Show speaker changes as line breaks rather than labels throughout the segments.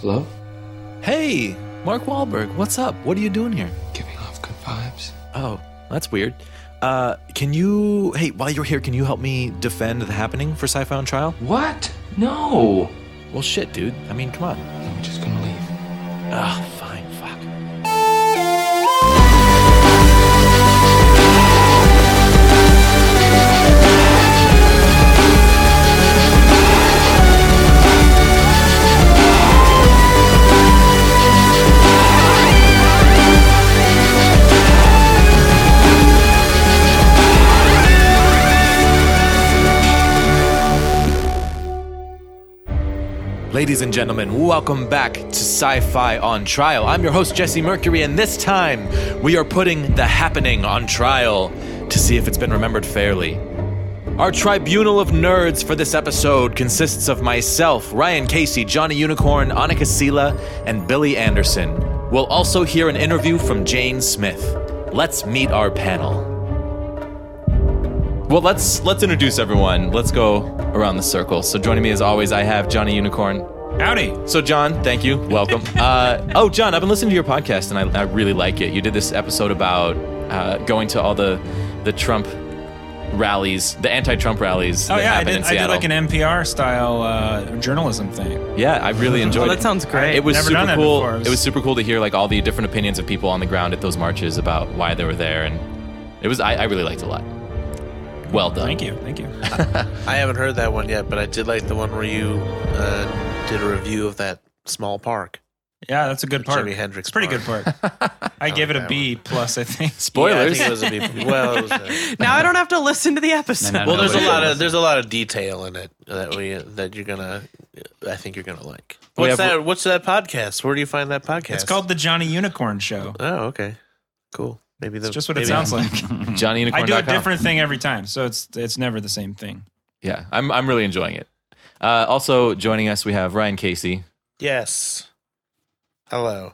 Hello?
Hey, Mark Wahlberg, what's up? What are you doing here?
Giving off good vibes.
Oh, that's weird. Uh, can you, hey, while you're here, can you help me defend the happening for Sci Fi on Trial?
What? No!
Well, shit, dude. I mean, come on.
I'm just gonna leave.
Ah, fine, fuck. Ladies and gentlemen, welcome back to Sci Fi on Trial. I'm your host, Jesse Mercury, and this time we are putting the happening on trial to see if it's been remembered fairly. Our tribunal of nerds for this episode consists of myself, Ryan Casey, Johnny Unicorn, Annika Sela, and Billy Anderson. We'll also hear an interview from Jane Smith. Let's meet our panel.
Well, let's let's introduce everyone. Let's go around the circle. So joining me as always, I have Johnny Unicorn.
Howdy.
So John, thank you. Welcome. uh, oh, John, I've been listening to your podcast and I, I really like it. You did this episode about uh, going to all the the Trump rallies, the anti-Trump rallies.
Oh
that
yeah, I
happened
did,
in
I did
Seattle.
like an NPR style uh, journalism thing.
Yeah, I really enjoyed
Oh,
it.
that sounds great.
It was
Never
super
done that
cool.
before. It
It
was-
was, super cool to hear like all the different opinions of people on the ground at those marches about why they were there, and it was I, I really liked it a lot. Well done.
Thank you, thank you.
I haven't heard that one yet, but I did like the one where you uh, did a review of that small park.
Yeah, that's a good part.
Jimi Hendrix
It's a pretty
part.
good part. I gave it a
that
B plus, I think.
Spoilers.
Yeah, I think it was a B- well, it was a-
Now I don't have to listen to the episode.
No, no,
well, there's a
Nobody
lot of there's a lot of detail in it that we that you're gonna I think you're gonna like.
We
What's
have-
that? What's that podcast? Where do you find that podcast?
It's called the Johnny Unicorn Show.
Oh, okay, cool. Maybe that's
It's just what it sounds like.
Hmm. Johnny
I do a
Unicorn.com.
different thing every time, so it's it's never the same thing.
Yeah, I'm I'm really enjoying it. Uh, also joining us, we have Ryan Casey.
Yes. Hello.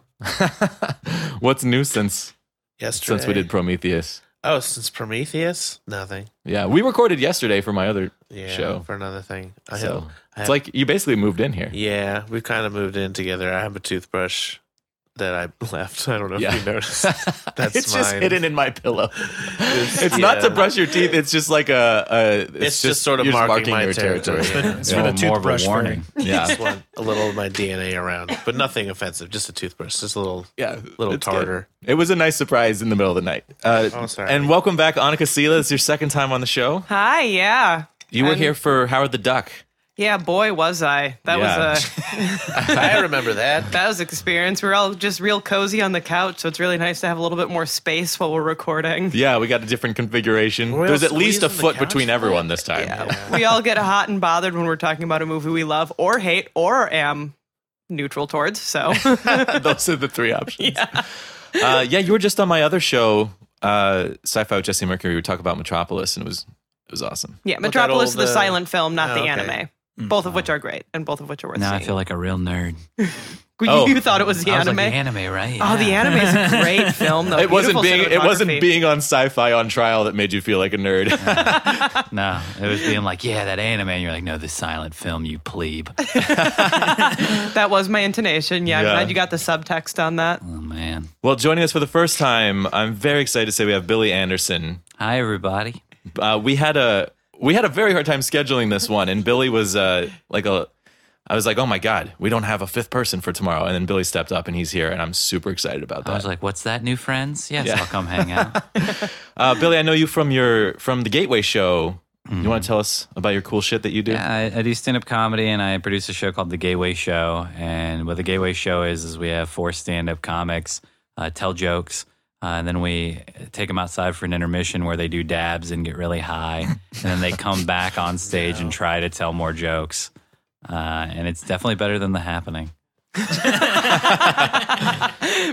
What's new since
Yesterday.
since we did Prometheus?
Oh, since Prometheus, nothing.
Yeah, we recorded yesterday for my other
Yeah.
show.
For another thing. I
so
have- I
it's
have-
like you basically moved in here.
Yeah, we've kind of moved in together. I have a toothbrush that I left. I don't know
Yeah.
if you noticed. That's
it's just
mine.
hidden in my pillow. It's, not to
yeah.
brush your teeth. It's just like a. a it's,
It's just sort of
you're
marking my
your territory.
territory.
It's
Yeah.
for
Well,
Oh,
the
more of a
toothbrush
warning.
fairy.
Yeah,
Just want a little of my DNA around, but nothing offensive. Just a toothbrush. Just a little,
yeah,
little
it's good.
tartar.
It was a nice surprise in the middle of the night. Uh,
Oh, sorry.
And welcome back, Annika Sela. It's your second time on the show.
Hi, yeah.
You were
And-
here for Howard the Duck.
Yeah, boy was I. That
Yeah.
was a
I remember that.
that was an experience. We're all just real cozy on the couch, so it's really nice to have a little bit more space while we're recording.
Yeah, we got a different configuration.
We're
There's at
all
least a
squeezing the
foot
couch
between
back.
everyone this time.
we all get hot and bothered when we're talking about a movie we love or hate or am neutral towards. So
Those are the three options. Yeah. Uh, yeah, you were just on my other show, uh, Sci-Fi with Jesse Mercury. We talked about Metropolis, and it was it was awesome.
yeah,
that
Metropolis is
old,
the
uh,
silent film, not
oh,
the
okay.
anime. Both of which are great and both of which are worth
Now I
seeing.
feel like a real nerd.
Oh.
you thought it was the
I was
anime.
like, the anime, right?
Oh, the
Yeah.
anime is a great film, though.
It wasn't
Beautiful
being it
cinematography.
wasn't being on Sci-Fi on Trial that made you feel like a nerd.
No, it was being like, yeah, that anime. And you're like, no, the silent film, you plebe.
That was my intonation. Yeah,
Yeah.
I'm glad you got the subtext on that.
Oh, man.
well, joining us for the first time, I'm very excited to say we have Billy Anderson.
Hi, everybody.
Uh, we had a we had a very hard time scheduling this one, and Billy was uh, like a. I was like, oh my god, we don't have a fifth person for tomorrow, and then Billy stepped up and he's here, and I'm super excited about that.
I was like, what's that, new friends? Yes,
Yeah.
I'll come hang out.
Uh, Billy, I know you from your from the Gateway Show. You want to tell us about your cool shit that you do?
Mm-hmm. Yeah, I, I do stand up comedy and I produce a show called The Gateway Show. And what The Gateway Show is, is we have four stand up comics uh, tell jokes. Uh, and then we take them outside for an intermission where they do dabs and get really high. and then they come back on stage and try to tell more jokes. Uh, and it's definitely better than the happening.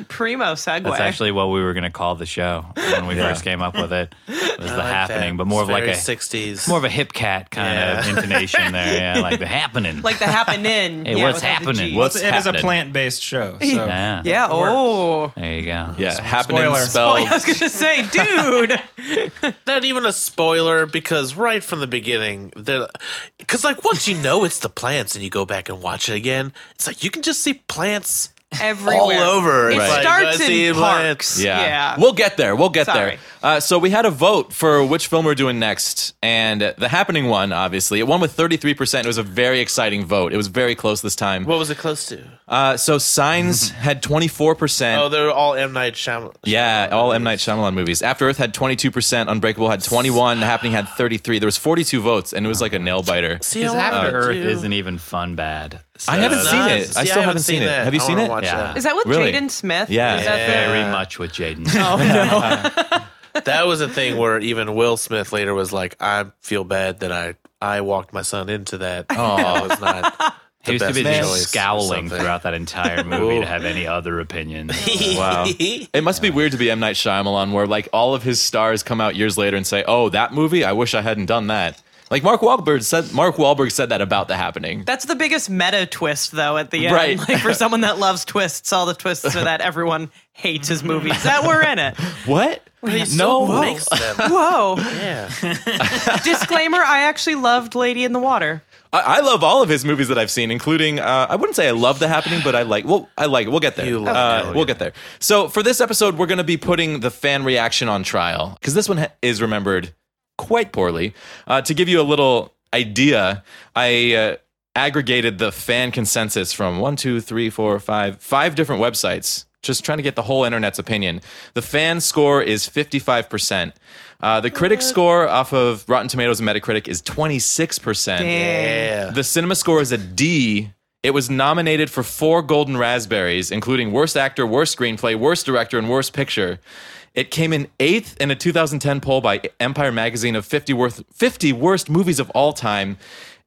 Primo segue.
That's actually what we were going to call the show when we first came up with it. It was the happening, but more of like a
sixties.
more of a hip cat kind of intonation there. Yeah, like the happening.
like the happening.
Hey,
yeah,
what's
without the
happening?
G.
What's
It is a
happening?
plant based show. So
yeah.
yeah. Oh.
There you go.
Yeah, happening
spoiler.
Well, I
spelled.
was gonna say, dude.
Not even a spoiler because right from the beginning, because like once you know it's the plants and you go back and watch it again, it's like you can just see plants
everywhere.
all over.
It
It's like, I
starts
see
in
plants.
parks.
Yeah.
Yeah.
We'll get there. We'll get
Sorry.
there. Uh, so we had a vote for which film we're doing next. And the happening one, obviously, it won with 33%. It was a very exciting vote. It was very close this time.
What was it close to?
Uh, so Signs had 24%.
oh, they're all M Night Shyamalan.
yeah, all M. Night Shyamalan movies. After Earth had 22%, Unbreakable had 21, The Happening had 33. There was 42 votes, and it was like a nail biter.
See,
Because
I wanted
After Earth
to.
isn't even fun bad.
I haven't
So
seen
that's
it. I still haven't seen it.
that.
Have you
I
seen
wanna
it?
watch
Yeah.
that.
Is that with
Really?
Jaden Smith?
Yeah.
Is that the-
Very much with Jaden.
That was a thing where even Will Smith later was like, "I feel bad that I I walked my son into that. Oh, that was not
He
the
was too
best
busy
choice or
scowling
something.
throughout that entire movie to have any other opinion.
Wow. It must be weird to be M. Night Shyamalan, where like all of his stars come out years later and say, "Oh, that movie, I wish I hadn't done that." Like Mark Wahlberg said, Mark Wahlberg said that about The Happening.
That's the biggest meta twist, though, at the end.
Right.
Like, for someone that loves twists, all the twists are that everyone hates his movies that were in it.
What?
No,
No.
makes them.
Whoa.
Yeah,
Disclaimer I actually loved Lady in the Water.
I, I love all of his movies that I've seen, including uh, I wouldn't say I love The Happening, but I like. Well, I like it. We'll get there.
You love
Uh,
it.
We'll get there. So for this episode, we're going to be putting the fan reaction on trial because this one ha- is remembered quite poorly. Uh, to give you a little idea, I. Uh, aggregated the fan consensus from one, two, three, four, five, five different websites, just trying to get the whole internet's opinion. The fan score is 55%. Uh, the critic score off of Rotten Tomatoes and Metacritic is 26%.
yeah.
The cinema score is a D. It was nominated for four Golden Raspberries, including Worst Actor, Worst Screenplay, Worst Director, and Worst Picture. It came in eighth in a 2010 poll by Empire Magazine of 50 worst, 50 worst movies of all time,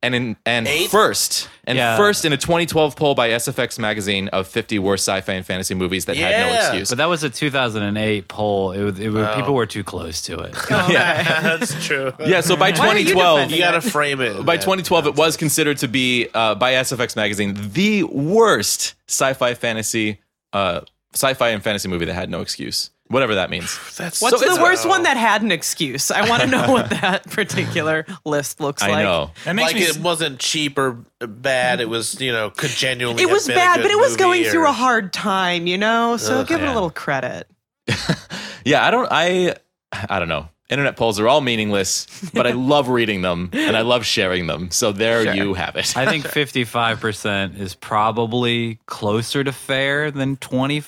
and in, and first and
Yeah.
first in a 2012 poll by SFX Magazine of 50 worst sci-fi and fantasy movies that had no
Yeah.
excuse.
But that was a 2008 poll. It was, it was, People were too close to it.
that's true.
yeah, so by
are you
2012,
you got to frame it.
By
man.
2012, it was considered to be uh, by SFX magazine the worst sci-fi fantasy, uh, sci-fi and fantasy movie that had no excuse, whatever that means.
That's
What's
so- Oh.
the worst one that had an excuse? I want to know what that particular list looks like.
I know.
That makes
Like
me.
it wasn't cheap or bad. It was you know could genuinely.
It was
have been a
bad,
good
but it was
movie
going through
or-
a hard time, you know? So give it
yeah.
a little credit.
Yeah, I don't. I I don't know. Internet polls are all meaningless, but I love reading them and I love sharing them. So there you have it.
I think 55% is probably closer to fair than 25%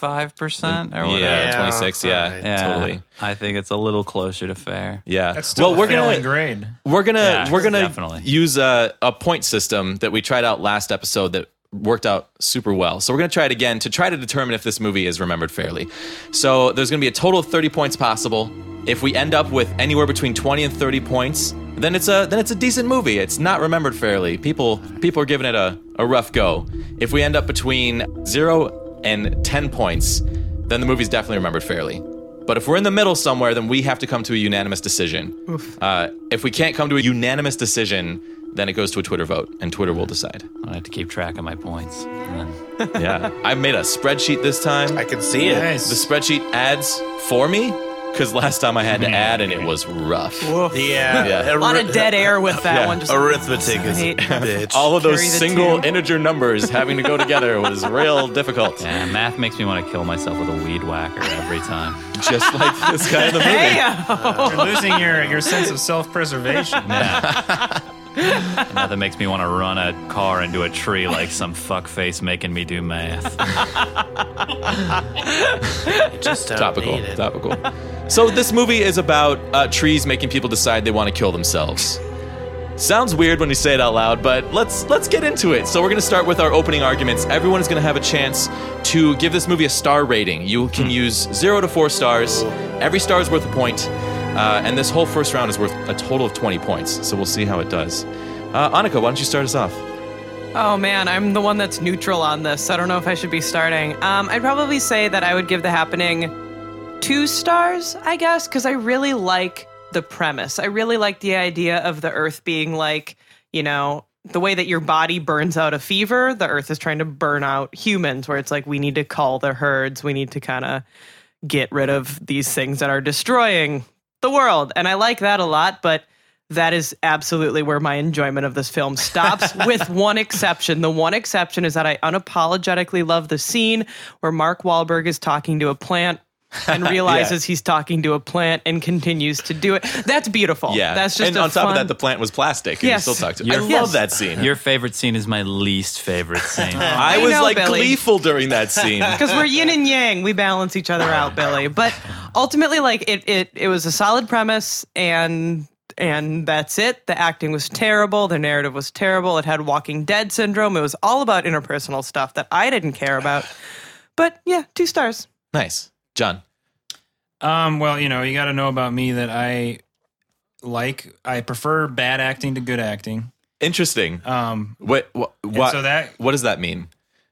or whatever.
yeah,
Yeah,
26. Yeah,
alright.
Yeah,
totally.
I think it's a little closer to fair.
Yeah.
That's still
well, we're
failing
gonna
grade.
We're gonna
Yeah,
we're gonna
definitely.
use a, a point system that we tried out last episode that worked out super well. So we're gonna try it again to try to determine if this movie is remembered fairly. So there's gonna be a total of 30 points possible. If we end up with anywhere between 20 and 30 points, then it's a then it's a decent movie. It's not remembered fairly. People people are giving it a, a rough go. If we end up between zero and 10 points, then the movie's definitely remembered fairly. But if we're in the middle somewhere, then we have to come to a unanimous decision. Uh, if we can't come to a unanimous decision, then it goes to a Twitter vote, and Twitter will decide.
I have to keep track of my points. And then-
Yeah, I made a spreadsheet this time.
I can see it.
Nice.
The spreadsheet adds for me because last time I had to add, and it was rough.
uh, Yeah,
Yeah.
A lot of dead air with that
Yeah,
one. Just
arithmetic is a
Right.
bitch.
All of those
Carry the
single
two.
integer numbers having to go together was real difficult.
yeah, math makes me want to kill myself with a weed whacker every time.
Just like this guy in the movie.
Hey, uh,
You're losing your, your sense of self preservation.
Nothing makes me want to run a car into a tree like some fuckface making me do math.
just don't
topical
need it.
topical so this movie is about uh, trees making people decide they want to kill themselves sounds weird when you say it out loud but let's let's get into it so we're going to start with our opening arguments everyone is going to have a chance to give this movie a star rating you can use zero to four stars every star is worth a point uh, and this whole first round is worth a total of 20 points so we'll see how it does uh, Annika, why don't you start us off?
oh man, I'm the one that's neutral on this. so I don't know if I should be starting. Um, I'd probably say that I would give The Happening two stars, I guess, because I really like the premise. I really like the idea of the Earth being like, you know, the way that your body burns out a fever, the Earth is trying to burn out humans, where it's like we need to call the herds, we need to kind of get rid of these things that are destroying the world. And I like that a lot, but that is absolutely where my enjoyment of this film stops, with one exception. The one exception is that I unapologetically love the scene where Mark Wahlberg is talking to a plant and realizes he's talking to a plant and continues to do it. That's beautiful.
Yeah,
that's just
and
a
on top of
fun-
that, the plant was plastic. And
Yes.
you still talk to. I
You're-
love
Yes.
that scene.
Your favorite scene is my least favorite scene. Uh,
I
I
was
know,
like
Billy.
gleeful during that scene.
because we're yin and yang. We balance each other out, Billy. But ultimately, like it, it, it was a solid premise, and and that's it. The acting was terrible. The narrative was terrible. It had Walking Dead syndrome. It was all about interpersonal stuff that I didn't care about. But yeah, two stars.
nice, John.
Um, well, you know, you got to know about me that I like, I prefer bad acting to good acting.
Interesting.
Um,
What? What? what
so that-
What does that mean?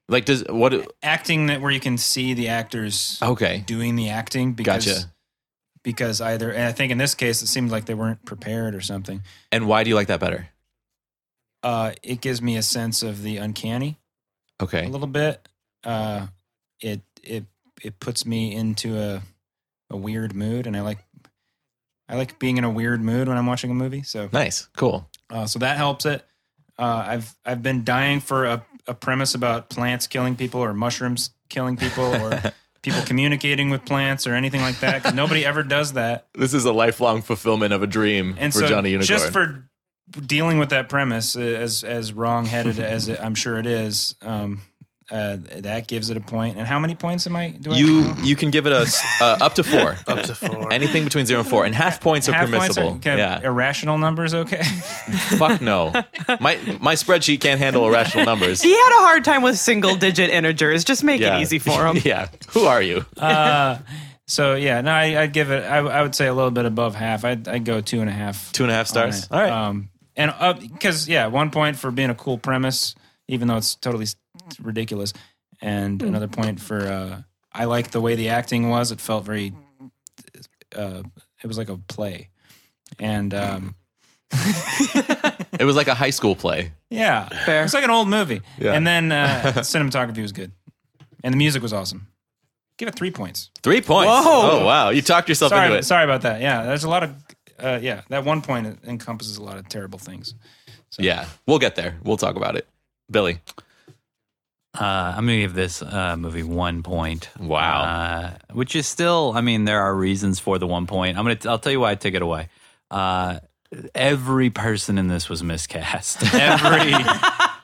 Like, does what?
acting that where you can see the actors
Okay.
doing the acting because
Oh. Gotcha.
because either and I think in this case it seemed like they weren't prepared or something.
And why do you like that better?
Uh, it gives me a sense of the uncanny a
Okay.
little bit. Uh, it it it puts me into a a weird mood, and I like I like being in a weird mood when I'm watching a movie. So
Nice. Cool.
uh, so that helps it. Uh, I've I've been dying for a, a premise about plants killing people or mushrooms killing people or people communicating with plants or anything like that. 'cause nobody ever does that.
This is a lifelong fulfillment of a dream
And
for
so
Johnny Unicorn.
just for dealing with that premise, uh, as as wrongheaded as it, I'm sure it is, um, uh, that gives it a point. And how many points am I? Do I
you you can give it a s- uh, up to four.
Up to four.
Anything between zero and four, and half points are
Half points
permissible.
are- er okay,
yeah.
irrational numbers. Okay,
Fuck no. My my spreadsheet can't handle irrational numbers.
He had a hard time with single digit integers. Just make
Yeah.
it easy for him.
yeah. Who are you?
uh, so yeah, no, I, I'd give it. I, I would say a little bit above half. I'd, I'd go two and a half.
Two and a half stars. All right.
Um, and because yeah, one point for being a cool premise, even though it's totally s- ridiculous, and another point for uh, I like the way the acting was. It felt very, uh, it was like a play, and um, Uh,
it was like a high school play.
yeah,
Fair.
it's like an old movie. And then uh, cinematography was good, and the music was awesome. Give it three points.
Three points. Oh wow. You talked yourself into
Sorry,
it.
sorry about that. Yeah, there's a lot of. Uh, yeah, that one point encompasses a lot of terrible things.
Yeah. We'll get there. We'll talk about it. Billy.
Uh, I'm going to give this uh, movie one point.
Wow.
Uh, which is still, I mean, there are reasons for the one point. I'm going to, I'll tell you why I took it away. Uh, every person in this was miscast. Every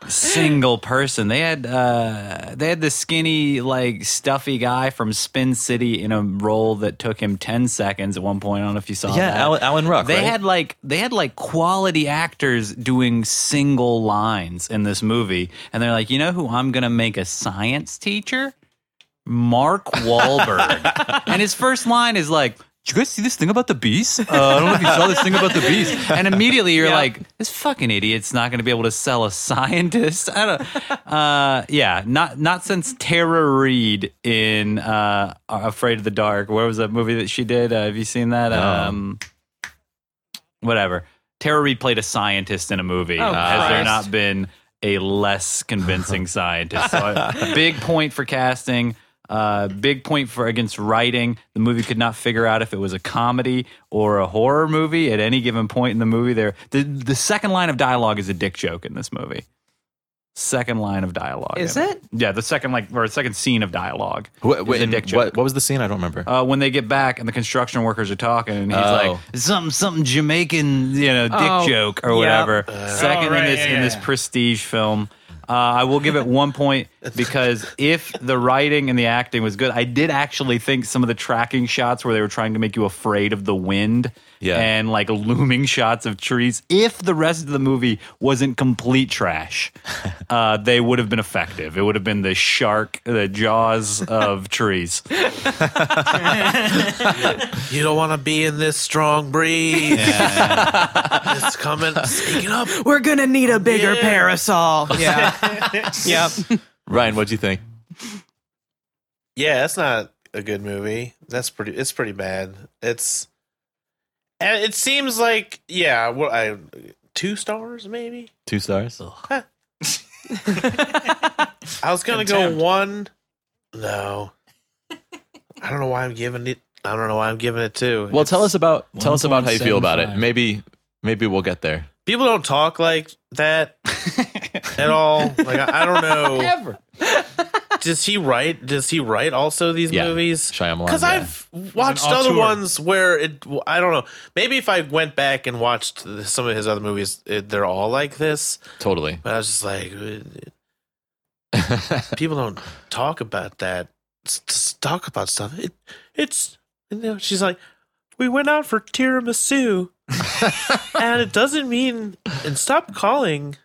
single person. They had, uh, they had the skinny, like stuffy guy from Spin City in a role that took him 10 seconds at one point. I don't know if you saw
Yeah,
that.
Alan, Alan Ruck.
They
right?
had like they had like quality actors doing single lines in this movie, and they're like, you know who I'm gonna make a science teacher? Mark Wahlberg, and his first line is like. Did you guys see this thing about the bees? Uh, I don't know if you saw this thing about the bees. And immediately you're like, this fucking idiot's not going to be able to sell a scientist. I don't. Uh, yeah, not not since Tara Reid in uh, Afraid of the Dark. Where was that movie that she did? Uh, have you seen that? Um, whatever. Tara Reid played a scientist in a movie. uh, Has there
Oh, Christ.
not been a less convincing scientist? So a big point for casting. Uh, big point for against writing. The movie could not figure out if it was a comedy or a horror movie at any given point in the movie. There, the, the second line of dialogue is a dick joke in this movie. Second line of dialogue
Is
in
it?
Yeah, the second like or second scene of dialogue.
Wh- wh-
is a
and
dick joke
what, what was the scene? I don't remember.
uh, when they get back and the construction workers are talking, and he's
Oh.
like something, something Jamaican, you know, dick
Oh,
joke or
yeah.
whatever. Second
Oh, right,
in this
yeah,
in
yeah,
this
yeah.
prestige film, uh, I will give it one point because if the writing and the acting was good, I did actually think some of the tracking shots where they were trying to make you afraid of the wind.
Yeah.
And like looming shots of trees. If the rest of the movie wasn't complete trash, uh, they would have been effective. It would have been the shark, the jaws of trees.
You don't want to be in this strong breeze. it's coming, sneaking up.
We're gonna need a bigger parasol. Yeah. yep.
Ryan, what'd you think?
Yeah, that's not a good movie. That's pretty. It's pretty bad. It's. And it seems like yeah. What I two stars maybe.
Two stars.
I was gonna
Contempt.
go one. No. I don't know why I'm giving it. I don't know why I'm giving it two.
Well, tell us about tell us about how you feel about it.
1.75.
Maybe Maybe we'll get there.
People don't talk like that at all. Like I, I don't know. Ever. Does he write? Does he write also these
Yeah.
movies?
Shyamalan,
Because
yeah.
I've watched
He's an
other
auteur.
ones where it. I don't know. Maybe if I went back and watched some of his other movies, it, they're all like this.
Totally.
But I was just like, uh, people don't talk about that. S- s- talk about stuff. It, it's you know. She's like, we went out for tiramisu, and it doesn't mean. And stop calling.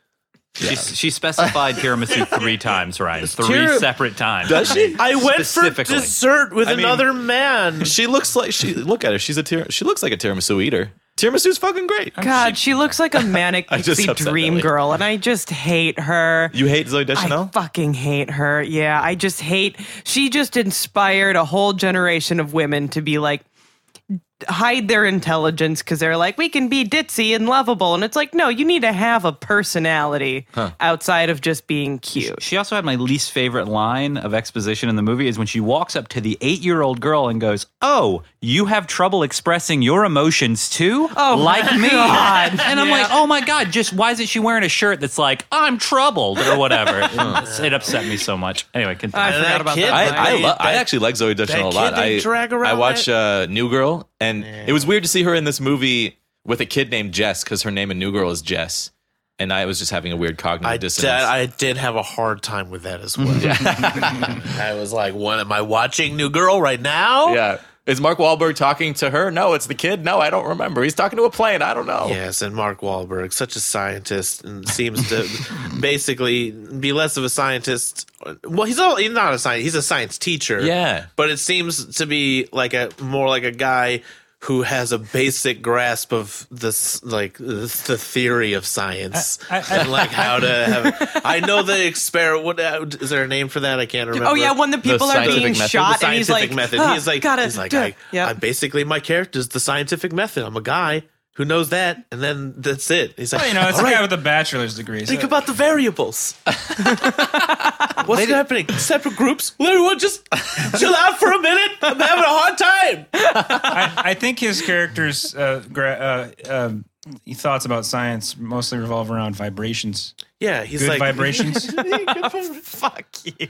She, she specified tiramisu three times, Ryan. Three
Tira-
separate times.
I went for
Specifically.
dessert with
I mean-
another man.
She looks like she look at her. She's a tir- she looks like a tiramisu eater. Tiramisu's fucking great.
God, she looks like a manic
I just
pixie
upset
dream
Ellie.
girl, and I just hate her.
You hate Zoe
I
Deschanel?
fucking hate her. Yeah, I just hate. She just inspired a whole generation of women to be like, hide their intelligence because they're like, we can be ditzy and lovable. And it's like, no, you need to have a personality outside of just being cute.
She also had my least favorite line of exposition in the movie is when she walks up to the eight year old girl and goes, Oh, you have trouble expressing your emotions too?
Oh,
like
my
me.
God.
And I'm like, Oh my God, just why isn't she wearing a shirt that's like, I'm troubled or whatever? it, it upset me so much. Anyway,
I
continue.
forgot
that
about
kid-
that. line.
I I,
Right.
lo- I
That-
actually like Zoe Deschanel a
that
lot.
kid they
I
drag around
I watch uh, New Girl, and it was weird to see her in this movie with a kid named Jess because her name in New Girl is Jess, and I was just having a weird cognitive
I did,
dissonance.
I did have a hard time with that as well. I was like, "What am I watching? New Girl right now?"
yeah, is Mark Wahlberg talking to her? No, it's the kid. No, I don't remember. He's talking to a plane. I don't know.
Yes, and Mark Wahlberg, such a scientist, and seems to basically be less of a scientist. Well, he's, all, he's not a scientist; he's a science teacher.
Yeah.
but it seems to be like a more like a guy who has a basic grasp of this, like the theory of science and like how to have. I know the experiment. What uh, is there a name for that? I can't remember.
Oh yeah, when the people are
scientific
being
method.
shot,
the
and he's like,
scientific method.
"Ah,
he's like,
gotta,
he's like,
do
I,
it." yeah.
I'm basically my character's the scientific method. I'm a guy who knows that, and then that's it. He's like,
you know, it's
"All
a guy
right,
with a bachelor's degree.
think about the variables. What's happening? Separate groups. Will everyone just chill out for a minute? I'm having a hard time.
I, I think his character's uh, gra- uh, um, thoughts about science mostly revolve around vibrations,
Yeah, he's
good
like
vibrations.
Fuck you.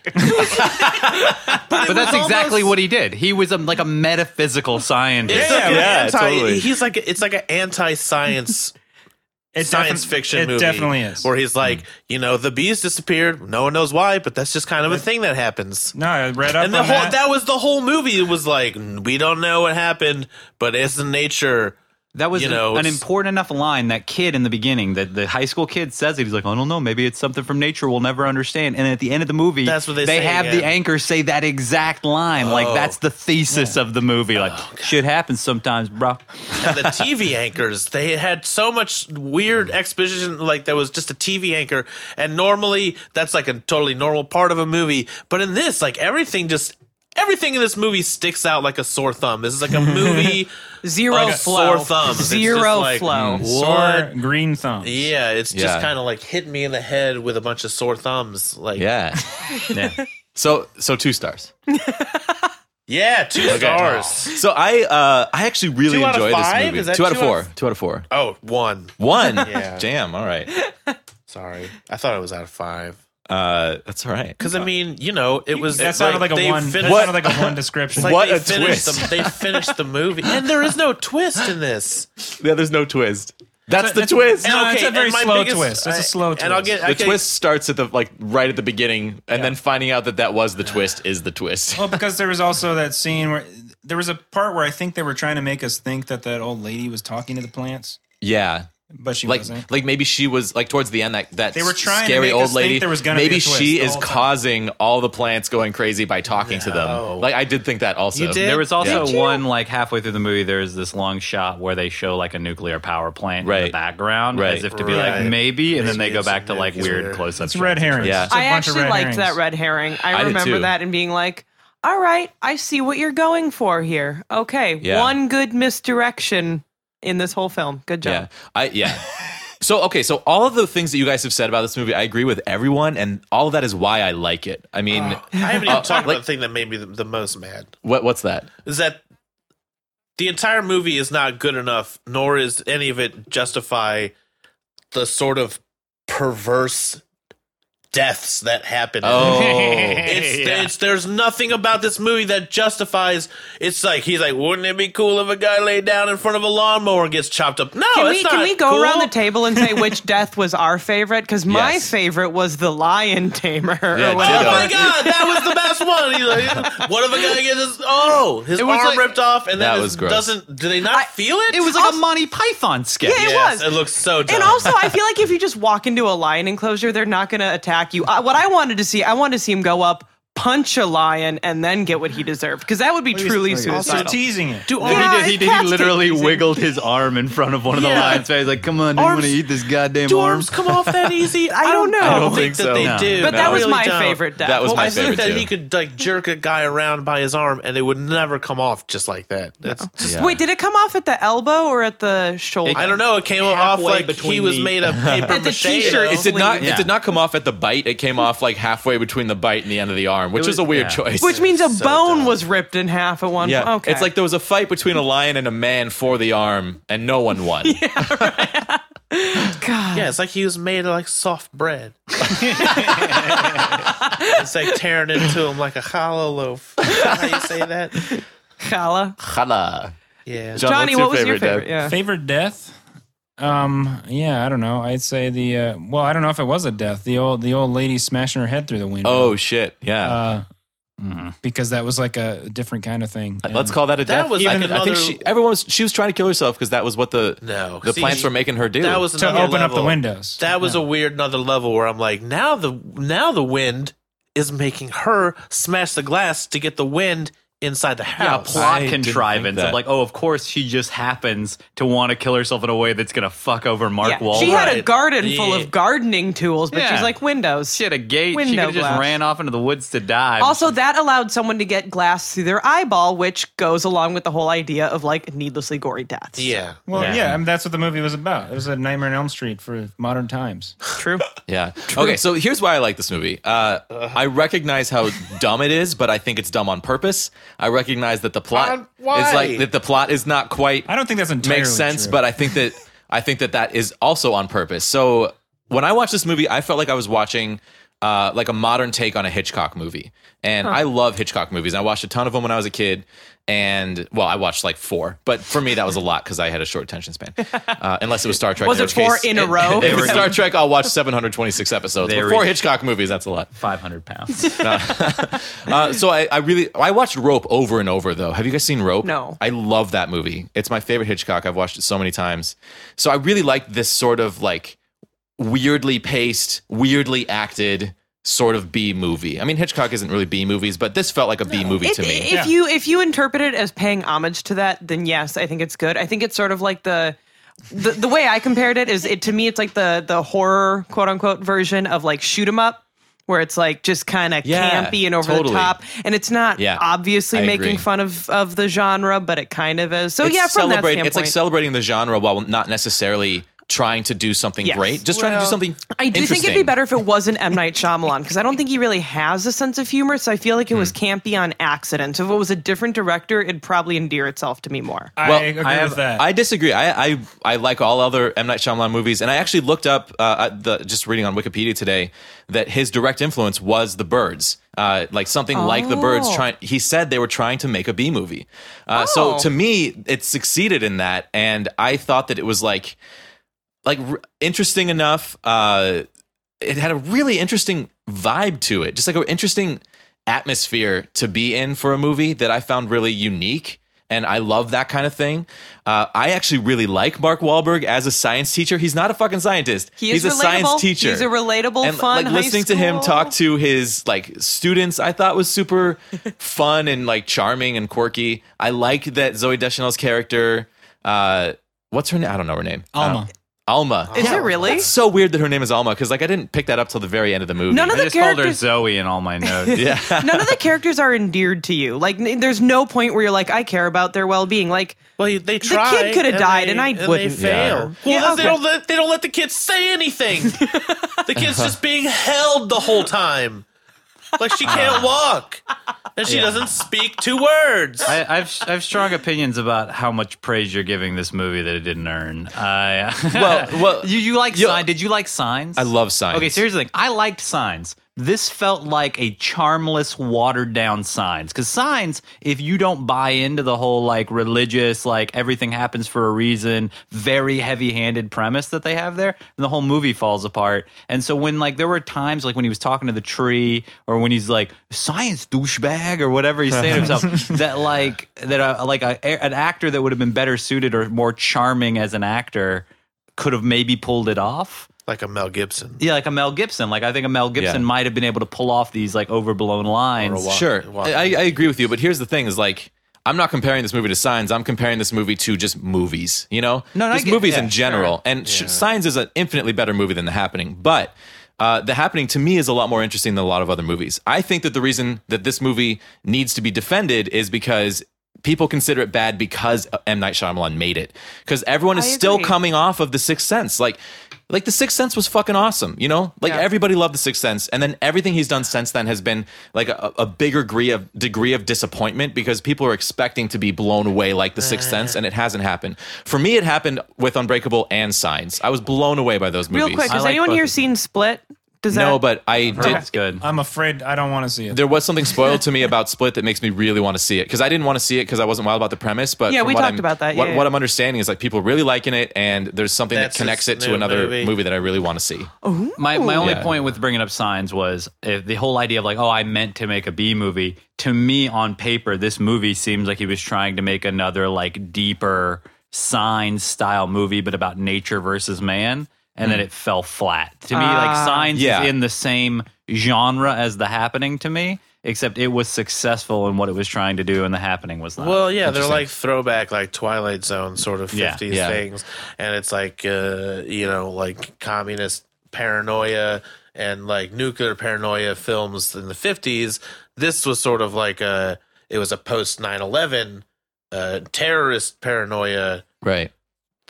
But that's exactly what he did. He was a, like a metaphysical scientist.
It's
Yeah,
like an
yeah,
anti,
totally.
He's like it's like an anti-science
It's
science fiction
It
movie.
definitely is. Hmm.
Where he's like, you know, the bees disappeared. No one knows why, but that's just kind of a thing that happens.
no, I read up
And the
on
whole that.
that.
was the whole movie. It was like we don't know what happened, but it's in nature.
That was
You
an-
know,
an
it's-
important enough line. That kid in the beginning, that the high school kid says it. He's like, I don't know, maybe it's something from nature we'll never understand. And at the end of the movie,
That's what they say,
have the
yeah.
anchor say that exact line. Like
Oh.
that's the thesis of the movie. Like shit happens sometimes, bro.
And the TV anchors they had so much weird
Hmm.
exposition. Like there was just a TV anchor, and normally that's like a totally normal part of a movie. But in this, like everything just everything in this movie sticks out like a sore thumb. This is like a movie.
Zero
like a
flow.
sore thumb. It's just
Zero
like, hmm,
flow.
What?
Sore green thumbs.
Yeah, it's just
Yeah.
kind of like hitting me in the head with a bunch of sore thumbs. Like,
Yeah.
Yeah.
So so two stars.
yeah, two stars.
So I uh I actually really
Two out of
enjoy this
five?
movie.
Is that
two out of
two out
four.
of-
Two out of four.
Oh, one.
One.
Yeah.
Damn. All right.
Sorry, I thought it was out of five.
Uh, that's all right.
Because I mean, you know, it was
That sounded like, a
they
one.
Finished,
That sounded like a one description.
It's like
What
they
a
finished
twist.
The, they finished the movie, and there is no twist in this.
Yeah, there's no twist. That's the
that's-
twist.
No, it's a very
and my
slow twist. It's a
I-
slow
And I'll
twist.
get
the
okay,
twist starts at the like right at the beginning, and then finding out that that was the twist is the twist.
well, because there was also that scene where there was a part where I think they were trying to make us think that that old lady was talking to the plants,
yeah,
but she
like
wasn't.
like maybe she was like towards the end that that
They were trying to
scary
make
old
us think
lady.
there was gonna be
maybe
a twist
she
the
is
whole time.
causing all the plants going crazy by talking to
Oh.
them. Like I did think that also.
You did?
There was also
Did you?
one like halfway through the movie. There's this long shot where they show like a nuclear power plant in
Right.
the background,
Right.
as if to be
Right.
like maybe, and then
Maybe
they go
it's-
back to like
it's
weird
weird.
close-up.
It's red herrings.
Yeah.
It's a
I
bunch of
actually
red
liked that
herrings.
red herring.
I
I,
did
remember
too.
that and being like, all right, I see what you're going for here. Okay,
Yeah.
one good misdirection in this whole film. Good
Yeah.
job.
I yeah. so okay, so all of the things that you guys have said about this movie, I agree with everyone, and all of that is why I like it. I mean,
Ah.
I haven't even
Uh,
talked
like-
about the thing that made me the, the most mad.
what what's that?
Is that the entire movie is not good enough, nor is any of it justify the sort of perverse deaths that happen.
Oh.
It's, it's there's nothing about this movie that justifies. It's like he's like, wouldn't it be cool if a guy lay down in front of a lawnmower and gets chopped up? No,
Can
it's
we
not
can we go
cool.
around the table and say which death was our favorite? Because my favorite was the lion tamer. or
Yeah,
whatever.
Oh
ditto.
my god, that was the best one. He's like, what if a guy gets his oh his
It
arm
was like-
ripped off and
That
then
was
was
gross.
doesn't? Do they not feel it?
It was like a Monty Python sketch.
Yeah, it
Yes,
was.
It looks so. Dumb.
And also, I feel like if you just walk into a lion enclosure, they're not going to attack you. Uh, what I wanted to see, I wanted to see him go up, punch a lion, and then get what he deserved because that would be truly
Also
suicidal.
teasing it.
Do
And
arms-
he, did, he, did,
cats
he
get
literally
teasing?
wiggled his arm in front of one of the
Yeah.
lions. So I was like, "Come on, do you want to eat this goddamn
Do
arm?"
arms come off that easy? I
don't know. I don't
think
think,
so.
that they
No.
do.
But that was
Really
my
don't.
favorite death.
That was
What
my
I think
favorite
that
too.
he could like jerk a guy around by his arm, and it would never come off just like that. That's just,
Wait, did it come off at the elbow or at the shoulder?
I don't know. It came off
Halfway
like he
between
was
the-
made of paper
At the
mache.
t-shirt.
though.
It did not.
Yeah.
It did not come off at the bite. It came off like halfway between the bite and the end of the arm, which is a weird
yeah.
choice.
Which means a
So
bone
dumb.
was ripped in half at one
yeah,
point. Okay.
it's like there was a fight between a lion and a man for the arm, and no one won.
God.
Yeah, it's like he was made of like soft bread. it's like tearing into him like a hollow loaf. Is that How you say that?
Chala.
Hala.
Yeah.
John, what's
Johnny,
your
what was your
favorite, Deb?
favorite? Yeah.
Favorite death? Um, yeah, I don't know. I'd say the uh, well, I don't know if it was a death. The old the old lady smashing her head through the window.
Oh shit! Yeah,
Um,
Uh, because that was like a different kind of thing.
let's call that a
That
death.
was
Even
like
I think
another-
she, everyone was she was trying to kill herself because that was what the
No,
the
see,
plants were making her do.
That was
to
another
open up
level.
the windows.
That was a weird another level where I'm like, now the now the wind is making her smash the glass to get the wind inside the
Yeah,
house.
plot
I didn't think
contrivance
that.
of like, oh, of course she just happens to want to kill herself in a way that's gonna fuck over Mark
Yeah.
Wahlberg.
She had a
Right.
garden full
Yeah.
of gardening tools, but
Yeah.
she's like windows.
she had a gate. she
Window
could just
glass.
ran off into the woods to die.
Also, that allowed someone to get glass through their eyeball, which goes along with the whole idea of like needlessly gory deaths.
Yeah.
well,
Yeah.
yeah, I mean, that's what the movie was about. It was a Nightmare on Elm Street for modern times.
True.
Yeah. Okay, so here's why I like this movie. Uh,
Uh-huh.
I recognize how dumb it is, but I think it's dumb on purpose. I recognize that the plot
On-
is
Um, why?
like that the plot is not quite
I don't think that's entirely
makes sense,
true.
but I think that I think that that is also on purpose. So when I watched this movie, I felt like I was watching uh, like a modern take on a Hitchcock movie, and I love Hitchcock movies. I watched a ton of them when I was a kid, and well, I watched like four, but for me that was a lot because I had a short attention span. Uh, unless it was Star Trek,
Was
in
it
which
four
case-
in a row?
If it's Star Trek, I'll watch 726 episodes.
There
But
we
four
go.
Hitchcock movies, that's a lot.
five hundred pounds.
Uh, so I, I really I watched Rope over and over though. Have you guys seen Rope?
No.
I love that movie. It's my favorite Hitchcock. I've watched it so many times. So I really like this sort of like weirdly paced, weirdly acted sort of B movie. I mean Hitchcock isn't really B movies, but this felt like a B movie
If,
to me.
if you if you interpret it as paying homage to that, then yes, I think it's good. I think it's sort of like the the, the way I compared it is it to me it's like the the horror quote unquote version of like shoot 'em up, where it's like just kind of
Yeah,
campy and over
totally.
the top, and it's not
Yeah,
obviously
I
making
agree.
fun of of the genre, but it kind of is. So
It's
oh, yeah, from that
celebrate-
standpoint,
it's like celebrating the genre while not necessarily trying to do something
Yes.
great. Just trying to do
Well,
something
I do think it'd be
interesting.
better if it wasn't M. Night Shyamalan because I don't think he really has a sense of humor. So I feel like it was
Hmm.
campy on accident. So if it was a different director, it'd probably endear itself to me more.
I
Well,
agree
I have-
with that.
I disagree. I, I I like all other M Night Shyamalan movies, and I actually looked up uh, at the just reading on Wikipedia today that his direct influence was The Birds, uh, like something like The Birds.
Oh.
Trying, he said they were trying to make a B movie. Uh, So
Oh.
to me, it succeeded in that, and I thought that it was like like r- interesting enough. Uh, it had a really interesting vibe to it, just like an interesting atmosphere to be in for a movie that I found really unique. And I love that kind of thing. Uh, I actually really like Mark Wahlberg as a science teacher. He's not a fucking scientist.
He is
He's a science
relatable.
teacher.
He's a relatable,
and,
fun
Like
high
listening to him
school-
talk to his like students, I thought was super fun and like charming and quirky. I like that Zoe Deschanel's character. Uh, what's her name? I don't know her name.
Alma.
Uh, Alma.
Is it really?
It's so weird that her name is Alma because like I didn't pick that up till the very end of the movie.
None
I
of the
just called her
characters.
Zoe in all my notes. yeah.
None of the characters are endeared to you. Like, n- there's no point where you're like, I care about their well-being. Like,
Well, you- they tried.
coulda died,
they,
and I wouldn't.
They fail.
Yeah.
Well,
Yeah,
they
okay.
don't let they don't let the kids say anything. the kid's just being held the whole time, like she can't walk. And she doesn't speak two words.
I, I've I've strong opinions about how much praise you're giving this movie that it didn't earn. I,
Well- well,
you you like
you-
sign? Did you like signs?
I love signs.
Okay, so here's the thing. I liked signs. This felt like a charmless, watered down signs. Because signs, if you don't buy into the whole like religious, like everything happens for a reason, very heavy handed premise that they have there, then the whole movie falls apart. And so when like there were times like when he was talking to the tree or when he's like science douchebag or whatever he's saying to himself, that like that uh, like a, an actor that would have been better suited or more charming as an actor could have maybe pulled it off.
like a Mel Gibson.
Yeah, like a Mel Gibson. Like I think a Mel Gibson
Yeah.
might have been able to pull off these like overblown lines.
Sure,
walk-
I, I agree with you. But here's the thing: is like I'm not comparing this movie to Signs. I'm comparing this movie to just movies. You know,
No, no, I
just
get-
movies
yeah,
in general. And sh- Signs is an infinitely better movie than The Happening, but. Uh, the happening to me is a lot more interesting than a lot of other movies. I think that the reason that this movie needs to be defended is because people consider it bad because uh, M Night Shyamalan made it. Because everyone is
I
still
agree.
coming coming off of the Sixth Sense. Like, like the Sixth Sense was fucking awesome. You know, like
Yeah.
everybody loved the Sixth Sense, and then everything he's done since then has been like a, a bigger degree of degree of disappointment because people are expecting to be blown away like the Sixth Sense, and it hasn't happened. For me, it happened with Unbreakable and Signs. I was blown away by those
Real
movies.
quick,
I
has
like
anyone
both
here
of them.
seen Split? Does
no,
that,
but I did.
It's good.
I'm afraid I don't want to see it.
There was something spoiled to me about Split that makes me really want to see it because I didn't want to see it because I wasn't wild about the premise. But
Yeah,
from
we
what
talked
I'm-
about that,
What,
yeah,
what
yeah.
I'm understanding is like people really liking it, and there's something
That's
that connects it
his
to
new
another
movie.
movie. that I really want to see.
My my only
Yeah.
point with bringing up signs was if the whole idea of like, oh, I meant to make a B movie. To me, on paper, this movie seems like he was trying to make another like deeper signs style movie, but about nature versus man. And then it fell flat. To me, like signs
Yeah.
is in the same genre as the happening to me, except it was successful in what it was trying to do, and the happening was not.
Well, yeah, they're like throwback, like Twilight Zone sort of
Yeah,
50s
yeah.
things. And it's like, uh, you know, like communist paranoia and like nuclear paranoia films in the 50s. This was sort of like a, it was a post 9 11 uh, terrorist paranoia
Right.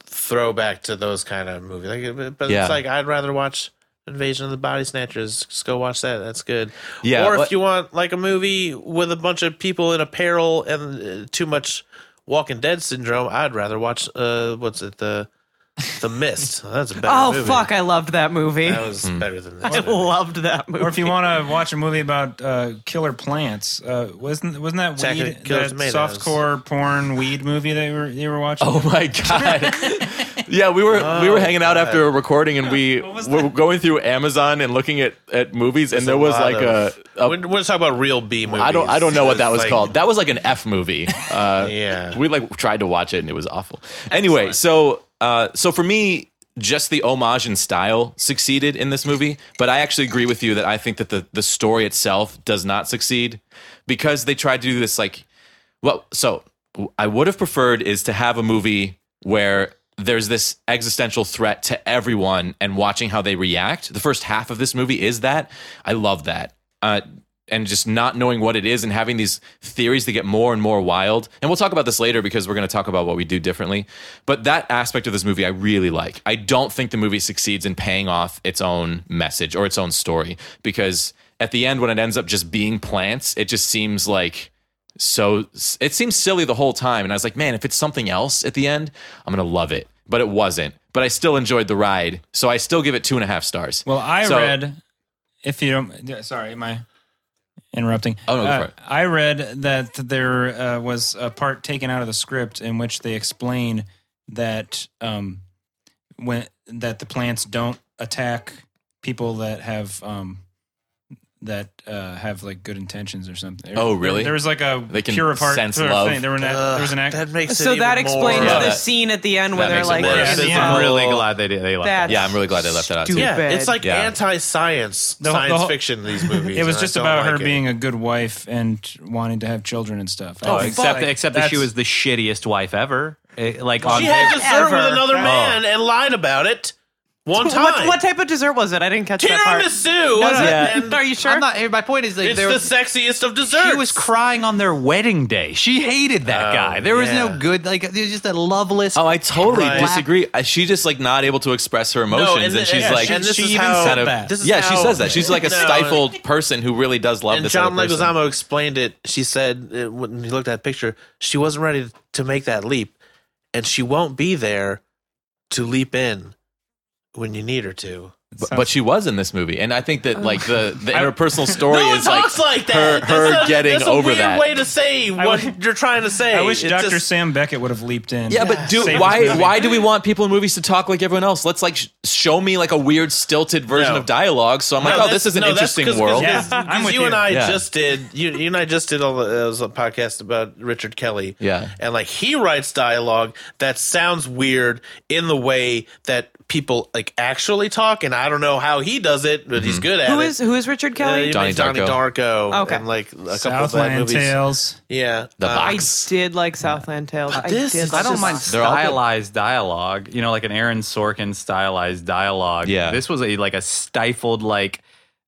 throwback to those kind of movies. Like, but- but
Yeah.
it's like, I'd rather watch. Invasion of the Body Snatchers. Just go watch that. That's good.
Yeah,
Or if
what-
you want like a movie with a bunch of people in apparel and uh, too much Walking Dead syndrome, I'd rather watch uh what's it the the Mist. That's a better
oh
movie.
fuck, I loved that movie.
That was
Hmm.
better than this.
I
movie.
loved that movie.
Or if you want to watch a movie about uh, killer plants, uh, wasn't wasn't that
Attack of
weed,
Killer
that
Tomatoes.
softcore porn weed movie that you were you were watching?
Oh my god! yeah, we were
Oh
we were hanging out after a recording, and we
was
were going through Amazon and looking at at movies, and there
A
was
lot
like
of-
a.
we're, we're talking about real B movies.
a I don't I don't know what that was
Like,
called. That was like an F movie. Uh,
Yeah.
we like tried to watch it and it was awful. Anyway, so uh, so for me, just the homage and style succeeded in this movie. But I actually agree with you that I think that the the story itself does not succeed because they tried to do this like well, so w- I would have preferred is to have a movie where there's this existential threat to everyone and watching how they react. The first half of this movie is that. I love that. Uh, and just not knowing what it is and having these theories that get more and more wild. And we'll talk about this later because we're going to talk about what we do differently. But that aspect of this movie I really like. I don't think the movie succeeds in paying off its own message or its own story because at the end, when it ends up just being plants, it just seems like so it seems silly the whole time. And I was like, man, if it's something else at the end, I'm going to love it. But it wasn't. But I still enjoyed the ride. So I still give it two and a half stars.
Well, I
So-
read. If you don't, yeah, sorry, am I interrupting?
Oh, no, go
Uh,
for it.
I read that there uh, was a part taken out of the script in which they explain that um, when that the plants don't attack people that have um, that uh, have like good intentions or something.
Oh, really?
There, there was like a
They can
pure of heart
sense
sort of
love.
Thing. There, were an, act-
Ugh,
there was an act.
that makes it
so that
even
explains
more-
the
Yeah.
scene at the end where
That
they're
makes it
like,
worse.
"Yeah,
That's
yeah,
Yeah.
I'm really glad they did. They left.
that's
that.
Yeah, I'm really glad they left that out, too.
stupid.
Yeah, it's like
Yeah.
anti-science
The whole- the
science
whole-
fiction. These movies.
It was
and I
just
don't
about
like
her
it.
being a good wife and wanting to have children and stuff. I
Oh,
think,
except
like,
except that she
that's-
was the shittiest wife ever. Eh, like on
She had
paper-
dessert with another
Oh.
man and lied about it. One time.
What, what type of dessert was it? I didn't catch that part.
Tiramisu.
Was it?
yeah.
Are you sure?
I'm not, my point is that
it's
there
the
was,
sexiest of desserts.
she was crying on their wedding day. She hated that
Oh,
guy. There was
yeah.
no good. Like there's just a loveless.
Oh, I totally
Right.
disagree. Uh, She just like not able to express her emotions,
and
and,
th-
she's
yeah,
like,
and this
she
is
even
how-
said a-
bad.
This is
yeah, she
how-
says that she's like a
No,
stifled person who really does love
and
this
John
other person.
Leguizamo explained it. She said uh, when he looked at that picture, she wasn't ready to make that leap, and she won't be there to leap in when you need her to.
but, but she was in this movie, and I think that like the the interpersonal story
no one
is
talks like, that.
her, her
That's a-
getting
that's a
over
weird
that.
way to say what
wish-
you're trying to say.
I wish
It's
Dr.
just-
Sam Beckett would have leaped in.
Yeah, but do
Save this
why
movie.
why do we want people in movies to talk like everyone else? Let's like sh- show me like a weird stilted version
No.
of dialogue. So I'm like, oh,
No,
this
that's-
is an
no, that's
interesting
'cause- 'cause-
world.
Yeah.
'cause
I'm with
you, and
you.
I
Yeah.
just did. You, you and I just did. All, it was a podcast about Richard Kelly.
Yeah.
and like he writes dialogue that sounds weird in the way that people like actually talk, and I don't know how he does it, but he's good at
Who
it.
is who is Richard
Uh,
Kelly?
he
Donnie
made Donnie
Mm-hmm. Darko.
Darko.
Okay.
and like a couple of bad
Southland
movies.
Tales.
Yeah,
The
Uh,
I
box.
did like Southland Tales. I
this
did.
is
I
like
don't
just-
mind
They're all good.
stylized dialogue, you know, like an Aaron Sorkin stylized dialogue.
Yeah.
This was a like a stifled, like,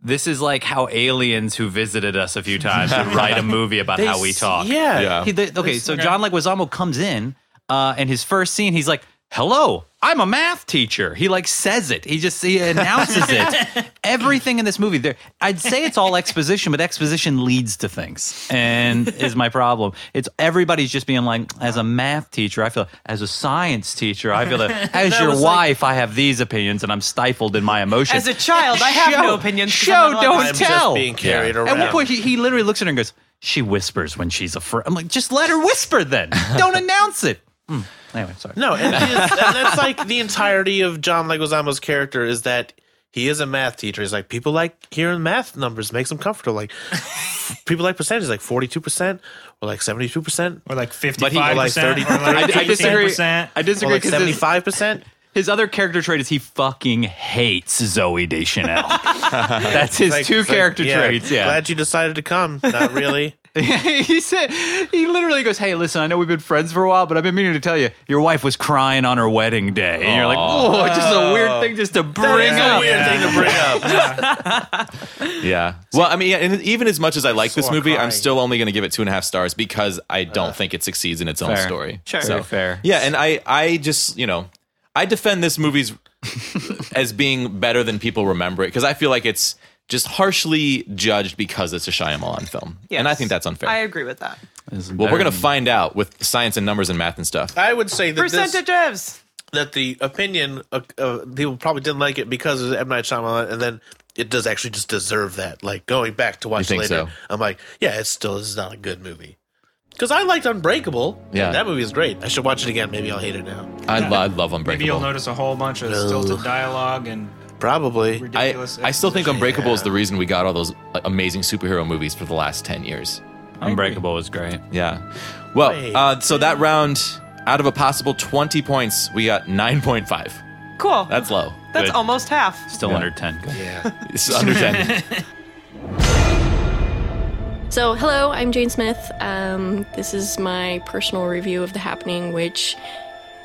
this is like how aliens who visited us a few times would write a movie about
they
how we
s-
talk.
Yeah,
Yeah.
He, they, okay, so John Leguizamo comes in, uh, and his first scene, he's like, "Hello, I'm a math teacher." He like says it. He just he announces it. Everything in this movie, there, I'd say it's all exposition, but exposition leads to things, and is my problem. It's everybody's just being like, as a math teacher, I feel as a science teacher, I feel that as your wife, I have these opinions, and I'm stifled in my
As
emotions.
a child, I have
Show-
no opinions 'cause
Show,
I'm not
don't
allowed
I'm
to.
tell.
just being carried
Yeah.
around.
At one point, he, he literally looks at her and goes, "She whispers when she's afraid." I'm like, "Just let her whisper then. Don't announce it." Hmm. Anyway, sorry.
No, and, he is, and that's like the entirety of John Leguizamo's character is that he is a math teacher. He's like people like hearing math numbers makes them comfortable. Like people like percentages, like forty two percent or like seventy two percent.
Or like 55%.
he-
or like
like 30
18%.
I, I disagree. I
Or
disagree
like
because
seventy
his,
five percent.
his other character trait is he fucking hates Zoe Deschanel. That's his two character traits. Yeah.
Glad you decided to come. Not really.
he said he literally goes, "Hey, listen, I know we've been friends for a while, but I've been meaning to tell you, your wife was crying on her wedding day." And you're like, "Oh, it's just a weird thing just to bring
That's
up."
a weird thing to bring up.
Yeah. Well, I mean, yeah, and even as much as I like this
Sore
movie, I'm
crying. Uh,
still only going to give it two and a half stars because I don't think it succeeds in its own
fair.
story.
Sure.
So,
fair.
Yeah, and I, I just, you know, I defend this movie's as being better than people remember it because I feel like it's just harshly judged because it's a Shyamalan film, and I
Yes.
think that's unfair.
I agree with that.
well, we're going to find out with science and numbers and math and stuff.
I would say that this,
Percentatives.
that the opinion of, of people probably didn't like it because of M Night Shyamalan, and then it does actually just deserve that. Like going back to watch it
think
later,
so?
I'm like, yeah, it's still this is not a good movie. Because I liked Unbreakable.
Yeah.
that movie is great. I should watch it again. Maybe I'll hate it now.
I, lo- I love
Maybe you'll
Unbreakable.
notice a whole bunch of stilted dialogue and
Probably.
I,
ridiculous.
I still think Unbreakable
uh,
is the reason we got all those like, amazing superhero movies for the last 10 years.
Unbreakable was great.
Yeah. Well,
Wait.
uh, so that round, out of a possible 20 points, we got 9.5.
Cool.
That's low.
That's
good.
almost half.
Still under ten. Go.
It's under 10.
So, hello, I'm Jane Smith. Um, this is my personal review of The Happening, which,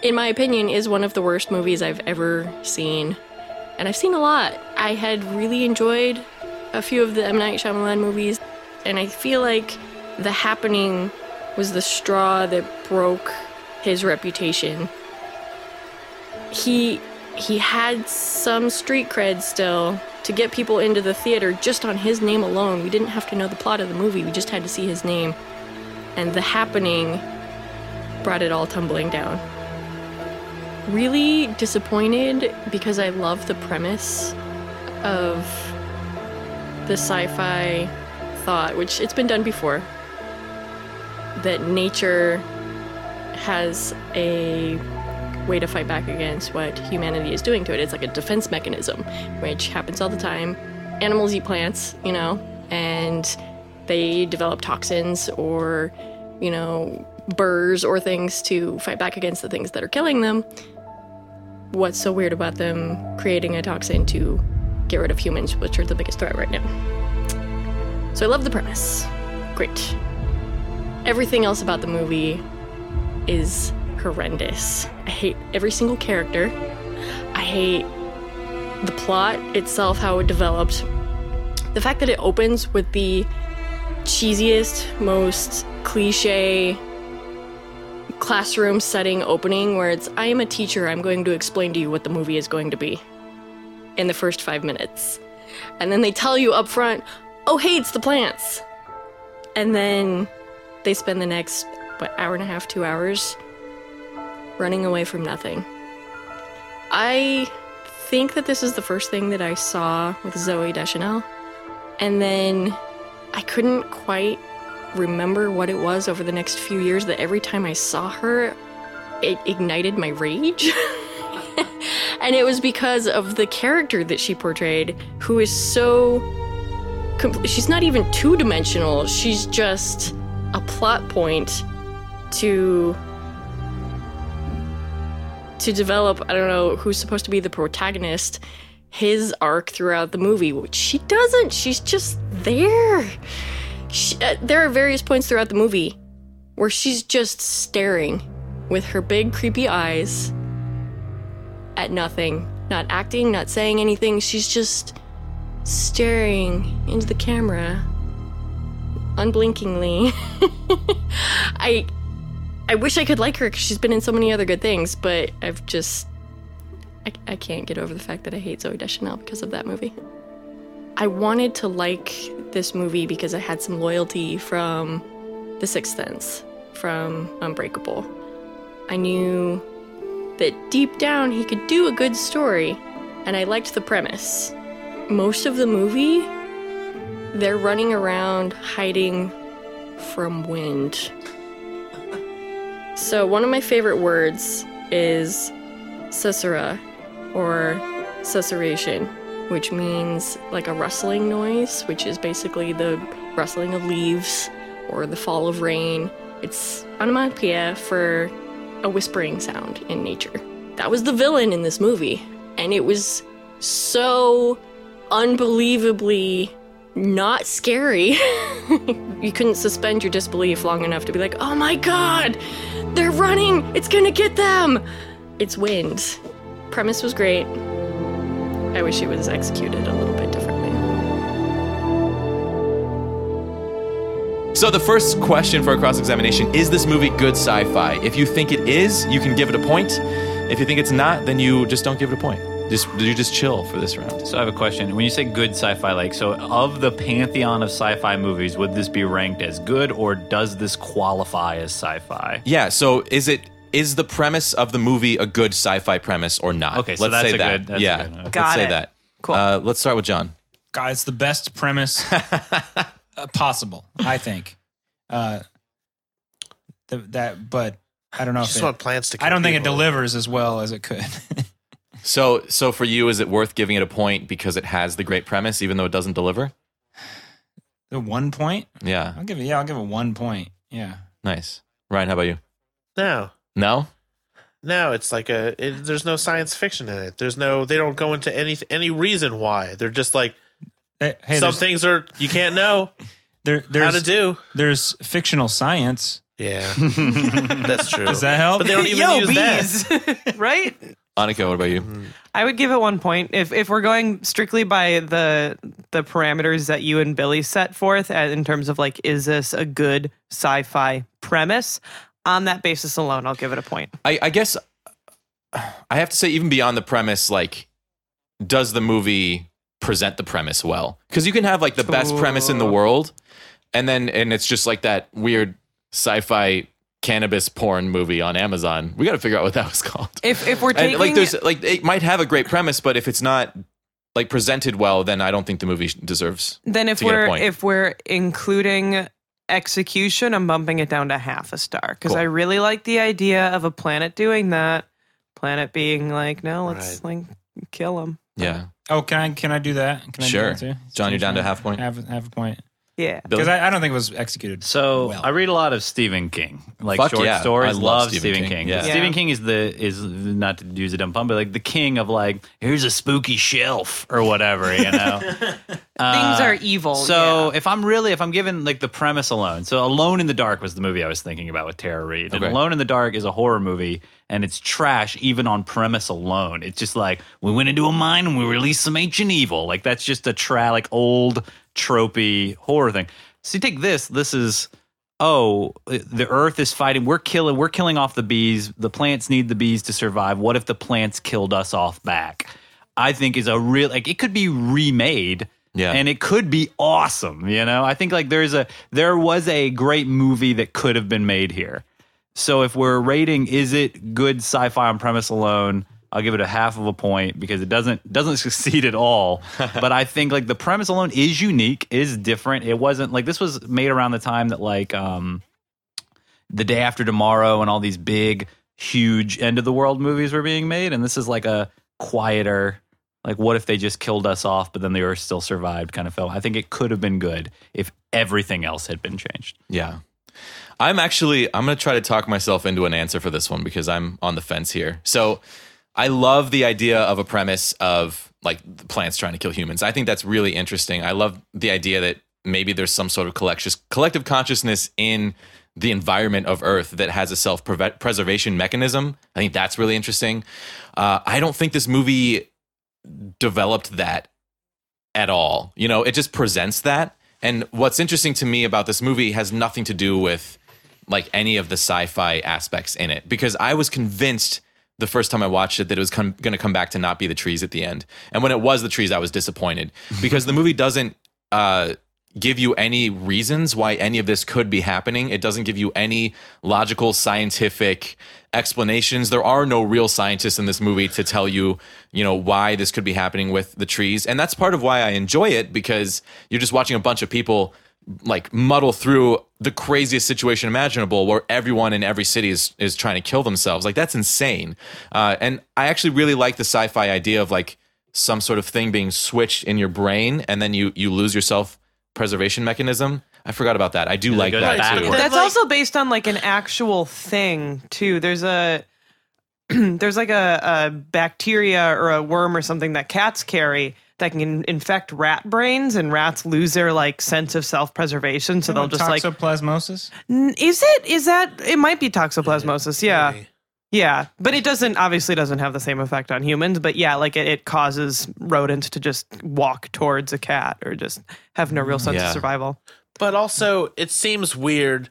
in my opinion, is one of the worst movies I've ever seen. And I've seen a lot. I had really enjoyed a few of the M. Night Shyamalan movies, and I feel like The Happening was the straw that broke his reputation. He. He had some street cred still to get people into the theater just on his name alone. We didn't have to know the plot of the movie, we just had to see his name. And the happening brought it all tumbling down. Really disappointed because I love the premise of the sci fi thought, which it's been done before, that nature has a way to fight back against what humanity is doing to it. It's like a defense mechanism, which happens all the time. Animals eat plants, you know, and they develop toxins or, you know, burrs or things to fight back against the things that are killing them. What's so weird about them creating a toxin to get rid of humans, which are the biggest threat right now? So I love the premise. Great. Everything else about the movie is horrendous. I hate every single character. I hate the plot itself, how it developed, the fact that it opens with the cheesiest, most cliche classroom setting opening where it's, I am a teacher, I'm going to explain to you what the movie is going to be in the first five minutes. And then they tell you up front, oh, hey, it's the plants. And then they spend the next, what, hour and a half, two hours running away from nothing. I think that this is the first thing that I saw with Zoe Deschanel. And then I couldn't quite remember what it was over the next few years that every time I saw her, it ignited my rage. and it was because of the character that she portrayed, who is so. Compl- she's not even two dimensional, she's just a plot point to to develop i don't know who's supposed to be the protagonist his arc throughout the movie which she doesn't she's just there she, uh, there are various points throughout the movie where she's just staring with her big creepy eyes at nothing not acting not saying anything she's just staring into the camera unblinkingly i I wish I could like her because she's been in so many other good things, but I've just. I, I can't get over the fact that I hate Zoe Deschanel because of that movie. I wanted to like this movie because I had some loyalty from The Sixth Sense, from Unbreakable. I knew that deep down he could do a good story, and I liked the premise. Most of the movie, they're running around hiding from wind. So, one of my favorite words is cicera or susurration, which means like a rustling noise, which is basically the rustling of leaves or the fall of rain. It's onomatopoeia for a whispering sound in nature. That was the villain in this movie, and it was so unbelievably not scary. you couldn't suspend your disbelief long enough to be like, oh my god, they're running, it's gonna get them. It's wind. Premise was great. I wish it was executed a little bit differently.
So the first question for a cross-examination is this movie good sci-fi? If you think it is, you can give it a point. If you think it's not, then you just don't give it a point. Just you just chill for this round.
So I have a question. When you say good sci-fi, like so, of the pantheon of sci-fi movies, would this be ranked as good, or does this qualify as sci-fi?
Yeah, so is it is the premise of the movie a good sci-fi premise or not?
Okay, so
let's
that's
say
a
that.
good- that's a
yeah,
good one.
Got
let's say
it.
that.
Cool.
Uh, let's start with John.
God, it's the best premise uh, possible, I think. Uh, th- that, but I don't know.
I
If
just
it-
want plants to. Kill
I don't think it
people.
delivers as well as it could.
So so for you, is it worth giving it a point because it has the great premise, even though it doesn't deliver?
the one point,
Yeah,
I'll give it. Yeah, I'll give it one point. Yeah,
nice. Ryan, how about you?
No,
No.
no, it's like a. It, there's no science fiction in it. There's no. They don't go into any any reason why. They're just like
hey, hey,
some
there's,
things are you can't know
there,
how to
there's,
do.
there's fictional science.
Yeah, that's true.
Does that help?
But they don't even
Yo,
use that.
bees, right?
Annika, what about you?
I would give it one point if if we're going strictly by the the parameters that you and Billy set forth uh, in terms of like is this a good sci-fi premise? On that basis alone, I'll give it a point.
I, I guess I have to say, even beyond the premise, like, does the movie present the premise well? Because you can have like the best premise in the world, and then and it's just like that weird sci-fi cannabis porn movie on Amazon. We got to figure out what that was called.
If if we're taking
and like, there's like it might have a great premise, but if it's not like presented well, then I don't think the movie deserves.
then if
to get a
we're
point.
if we're including execution, I'm bumping it down to half a star because
Cool.
I really like the idea of a planet doing that. Planet being like, no, let's like kill him.
Yeah,
Oh, can I can I do that? Can I do
Sure.
that too?
John, you're down to half point?
Half half a point.
Yeah.
Because I, I don't think it was executed.
So
well.
I read a lot of Stephen King, like
Fuck
short
yeah.
stories.
I love Stephen King. Yeah.
Yeah.
Stephen King is the is not to use a dumb pun, but like the king of like here's a spooky shelf or whatever, you know. Uh,
Things are evil.
So
yeah.
if I'm really if I'm given like the premise alone, so Alone in the Dark was the movie I was thinking about with Tara Reid. And
Okay.
Alone in the Dark is a horror movie and it's trash even on premise alone. It's just like we went into a mine and we released some ancient evil. Like that's just a tra like old tropey horror thing. So you take this, this is oh the earth is fighting we're killing we're killing off the bees the plants need the bees to survive what if the plants killed us off back i think is a real like it could be remade
Yeah.
and it could be awesome you know i think like there's a there was a great movie that could have been made here so if we're rating is it good sci-fi on premise alone i'll give it a half of a point because it doesn't doesn't succeed at all but i think like the premise alone is unique is different it wasn't like this was made around the time that like um the day after tomorrow and all these big huge end of the world movies were being made and this is like a quieter like what if they just killed us off but then the earth still survived kind of film i think it could have been good if everything else had been changed
Yeah. I'm actually I'm going to try to talk myself into an answer for this one because I'm on the fence here. So, I love the idea of a premise of like the plants trying to kill humans. I think that's really interesting. I love the idea that maybe there's some sort of collective collective consciousness in the environment of Earth that has a self preservation mechanism. I think that's really interesting. Uh, I don't think this movie developed that at all. You know, it just presents that. And what's interesting to me about this movie has nothing to do with like any of the sci-fi aspects in it because I was convinced the first time I watched it that it was com- going to come back to not be the trees at the end. And when it was the trees, I was disappointed because the movie doesn't uh, give you any reasons why any of this could be happening. It doesn't give you any logical scientific explanations. There are no real scientists in this movie to tell you, you know, why this could be happening with the trees. And that's part of why I enjoy it because you're just watching a bunch of people like muddle through the craziest situation imaginable where everyone in every city is is trying to kill themselves like that's insane uh, and i actually really like the sci-fi idea of like some sort of thing being switched in your brain and then you you lose your self preservation mechanism i forgot about that i do like
goes
that
backwards.
too
That's
like-
also based on like an actual thing too. There's a there's like a, a bacteria or a worm or something that cats carry that can infect rat brains and rats lose their like sense of self-preservation so they'll just like
toxoplasmosis.
N- is it is that it might be toxoplasmosis yeah yeah but it doesn't obviously doesn't have the same effect on humans but yeah like it, it causes rodents to just walk towards a cat or just have no real sense
Yeah.
of survival
But also, it seems weird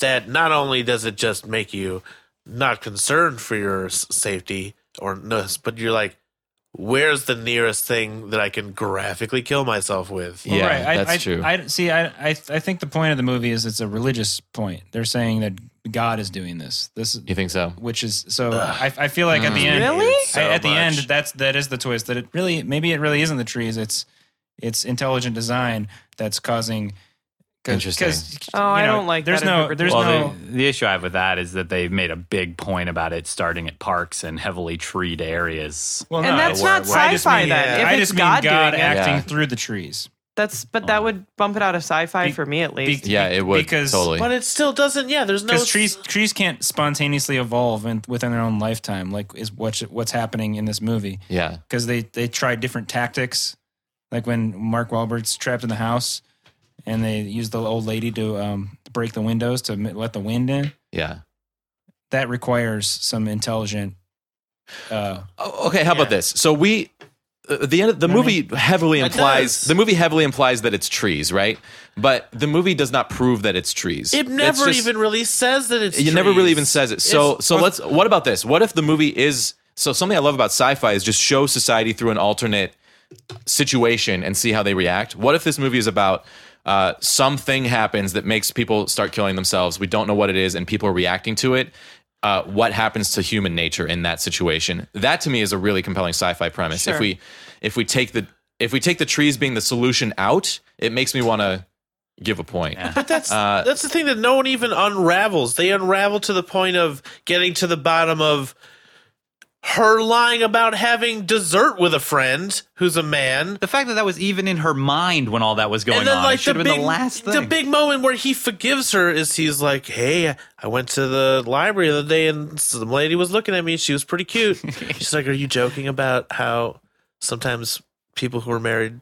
that not only does it just make you not concerned for your s- safety or ness, but you're like, where's the nearest thing that I can graphically kill myself with?
yeah
right. I,
that's
I,
true
I, see. I, I I think the point of the movie is it's a religious point. They're saying that God is doing this. This
you think so
which is so I, I feel like at the end
Mm. Really?
I-
So
at the end
much.
that's that is the twist that it really maybe it really isn't the trees it's it's intelligent design that's causing cause,
Interesting.
'cause,
Oh, I
you know,
don't like
there's
that
no there's
interpretation.
well,
no
the, the issue I have with that is that they've made a big point about it starting at parks and heavily treed areas.
well,
and
no,
that's
we're-
not
we're- I just
sci-fi
mean-
then
I
if
just
it's
mean
god,
God
doing it
acting
Yeah.
through the trees
that's but that would bump it out of sci-fi
Be-
for me at least
be-
yeah it would
because-
totally
But it still doesn't. Yeah, there's no.
because trees trees can't spontaneously evolve in, within their own lifetime like is what's what's happening in this movie
yeah
because they they try different tactics, like when Mark Wahlberg's trapped in the house, and they use the old lady to um, break the windows to m- let the wind in.
yeah
That requires some intelligent. Uh,
Oh, okay how about this so we uh, the end of the movie heavily implies
does.
the movie heavily implies that it's trees right but the movie does not prove that it's trees
It
It's
never
just-
even really says that it's.
it never really
trees.
even says it so
It's-
so let's what about this what if the movie is so something i love about sci-fi is just show society through an alternate situation and see how they react what if this movie is about uh, something happens that makes people start killing themselves we don't know what it is and people are reacting to it uh, what happens to human nature in that situation that to me is a really compelling sci-fi premise if
Sure.
we if we take the if we take the trees being the solution out it makes me want to give a point
But that's
Uh,
that's the thing that no one even unravels. They unravel to the point of getting to the bottom of her lying about having dessert with a friend who's a man.
The fact that that was even in her mind when all that was going
and then
on
like
should
the
have
big,
been the last thing.
the big moment where he forgives her is he's like, "Hey, I went to the library the other day and some lady was looking at me. She was pretty cute." She's like, "Are you joking about how sometimes people who are married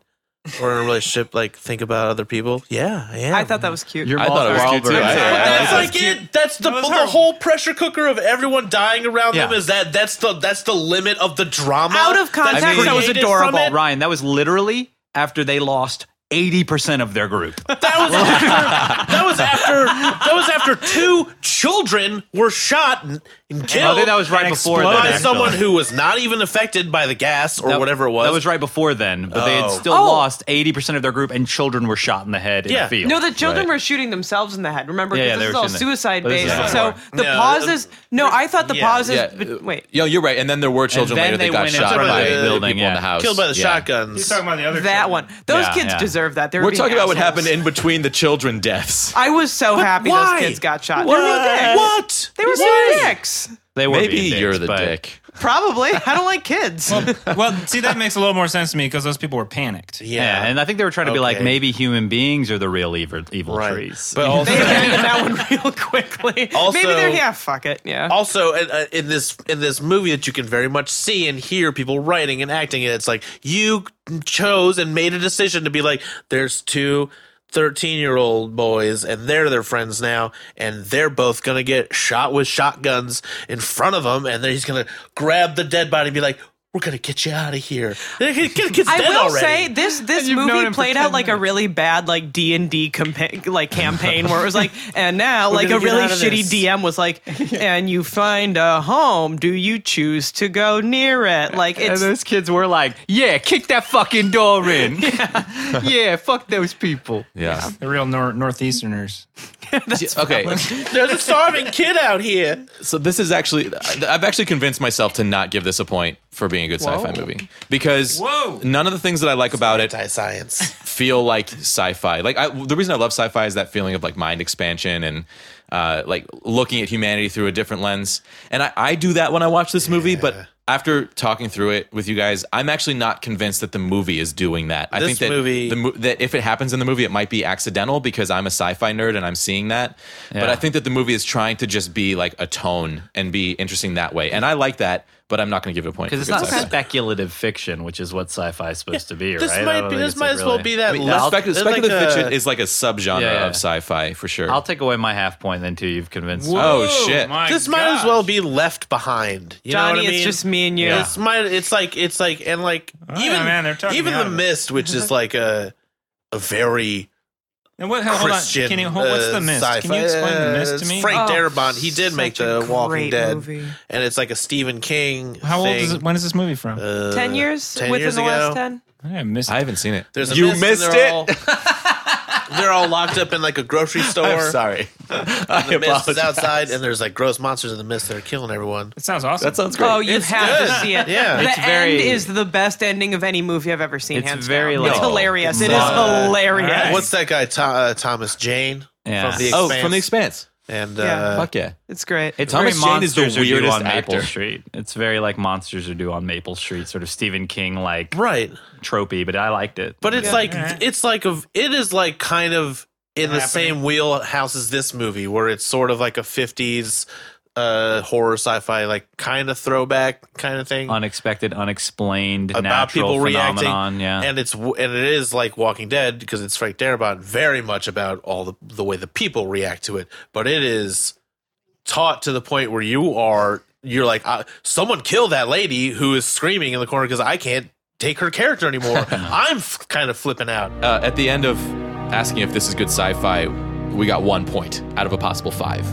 or in a relationship like think about other people?" Yeah, yeah.
I thought that was cute.
I thought it was cute too.
Wahlberg.
I-
Yeah,
I-
But
I
that's
like
like it. That's the the whole pressure cooker of everyone dying around them.
Yeah.
Is that that's the that's the limit of the drama.
Out of
that's
context,
I mean, that was
created from
adorable,
it.
Ryan. That was literally after they lost eighty percent of their group.
That was after, that was after that was after two children were shot and, and killed.
that was right
and
before
exploded
that,
by someone
actually.
who was not even affected by the gas or
That-
whatever it was.
That was right before then, but they had
Oh.
still
Oh.
lost eighty percent of their group, and children were shot in the head in
Yeah.
the field.
No, the children were shooting themselves in the head. Remember,
Yeah,
'cause
yeah, they
this
were
is all
shooting the-
suicide
but this is
based. so
before.
the
No,
pauses. No, I thought the
yeah.
pauses.
uh, Yeah,
but wait,
Yeah, you're right. And then there were children
then
later
they
that got
went
shot
into
by
the
the
building,
people in
yeah.
the house.
killed by the
Yeah.
shotguns.
He's talking about the other
that
children.
one. Those
Yeah,
kids
yeah.
deserve that. They were
We're
being
talking about what
assholes.
happened in between the children deaths.
I was so happy
why?
those kids got shot. They were
What?
dicks.
What?
They were
Why?
being dicks.
they were
Maybe
being dicks,
you're the
but-
dick.
Probably. I don't like kids.
well, see, that makes a little more sense to me because those people were panicked.
Yeah. and I think they were trying to be like
Okay.
maybe human beings are the real evil, evil trees.
But also,
they abandoned that one real quickly.
Also-
Maybe they're yeah. Fuck it. Yeah.
also in, uh, in this in this movie that you can very much see and hear people writing and acting and it's like you chose and made a decision to be like there's two 13 year old boys and they're their friends now and they're both gonna get shot with shotguns in front of them and then he's gonna grab the dead body and be like we're gonna get you out of here They're gonna get- kid's
I
dead
will
already.
say this this movie played out like a really bad like D and D like campaign where it was like and now like a
gonna get
really
out of
shitty
this.
DM was like and you find a home do you choose to go near it like
and
it's
those kids were like, "Yeah, kick that fucking door in. yeah. fuck those people."
Yeah.
The real nor- Northeasterners.
okay.
there's a starving kid out here
So this is actually, I- I've actually convinced myself to not give this a point for being a good sci-fi movie because
Whoa.
none of the things that I like about it
anti-science
feel like sci-fi. Like I, the reason I love sci-fi is that feeling of like mind expansion and uh, like looking at humanity through a different lens. And I, I do that when I watch this movie, but after talking through it with you guys, I'm actually not convinced that the movie is doing that. I
This
think that
movie-
the mo- that if it happens in the movie, it might be accidental because I'm a sci-fi nerd and I'm seeing that. But
Yeah.
I think that the movie is trying to just be like a tone and be interesting that way, and I like that. But I'm not going to give it a point
Because it's
for good
not
sci-fi.
speculative fiction, which is what sci-fi is supposed to be,
this
right? I
might
don't
be
think
this
it's
might
a
as well
really-
be that
I mean,
less-
speculative,
it's like
speculative
a-
fiction is like a subgenre
Yeah, yeah.
of sci-fi for sure.
I'll take away my half point then too. You've convinced me.
Oh, shit.
my
this might as
gosh.
well be left behind. You know what
Johnny
I mean?
it's just me and you
It's my. It's like it's like and like
Oh,
even
yeah, man, they're talking
even
me out
the
of it.
mist, which is like a a very
And what, hold
Christian.
on. Can you, hold, what's
uh,
the mist? Can you
sci-fi-
explain the mist to
uh,
me?
Frank
Oh,
Darabont, he did
such
make
a
the Walking
great
Dead,
movie.
and it's like a Stephen King.
How old
thing.
is it? When is this movie from?
Uh,
ten years
10
within
years
the last
ago.
ten.
I missed.
I haven't seen it.
There's a
you
mist and
missed
they're
it.
all- they're all locked up in like a grocery store.
I'm sorry. I
The mist is
apologize.
outside, and there's like gross monsters in the mist that are killing everyone.
It sounds awesome.
That sounds great.
Oh, you have to
good.
see it.
Yeah.
the
It's
end
very-
is the best ending of any movie I've ever seen.
It's
hands
very
down.
like-
it's
No.
hilarious. It is
not.
hilarious.
All right.
What's that guy? Tho- uh, Thomas Jane
Yeah.
from the
oh,
Expanse.
from the Expanse.
and
Yeah.
uh,
Fuck yeah.
It's great.
It's
Thomas
very
Jane is the
monsters are due
weirdest
on Maple
actor.
Street. It's very like monsters are due on Maple Street, sort of Stephen King like
right.
tropey, but I liked it.
But it's
Yeah.
like
Alright.
it's like a it is like kind of in the
Happening.
same wheelhouse as this movie, where it's sort of like a fifties uh horror sci-fi like kind of throwback kind of thing
unexpected, unexplained,
about
natural
people reacting.
phenomenon. Yeah.
And it's w- and it is like Walking Dead because it's Frank Darabont, very much about all the the way the people react to it. But it is taught to the point where you are you're like I, someone kill that lady who is screaming in the corner because I can't take her character anymore. I'm f- kind of flipping out.
Uh, at the end of asking if this is good sci-fi, we got one point out of a possible five.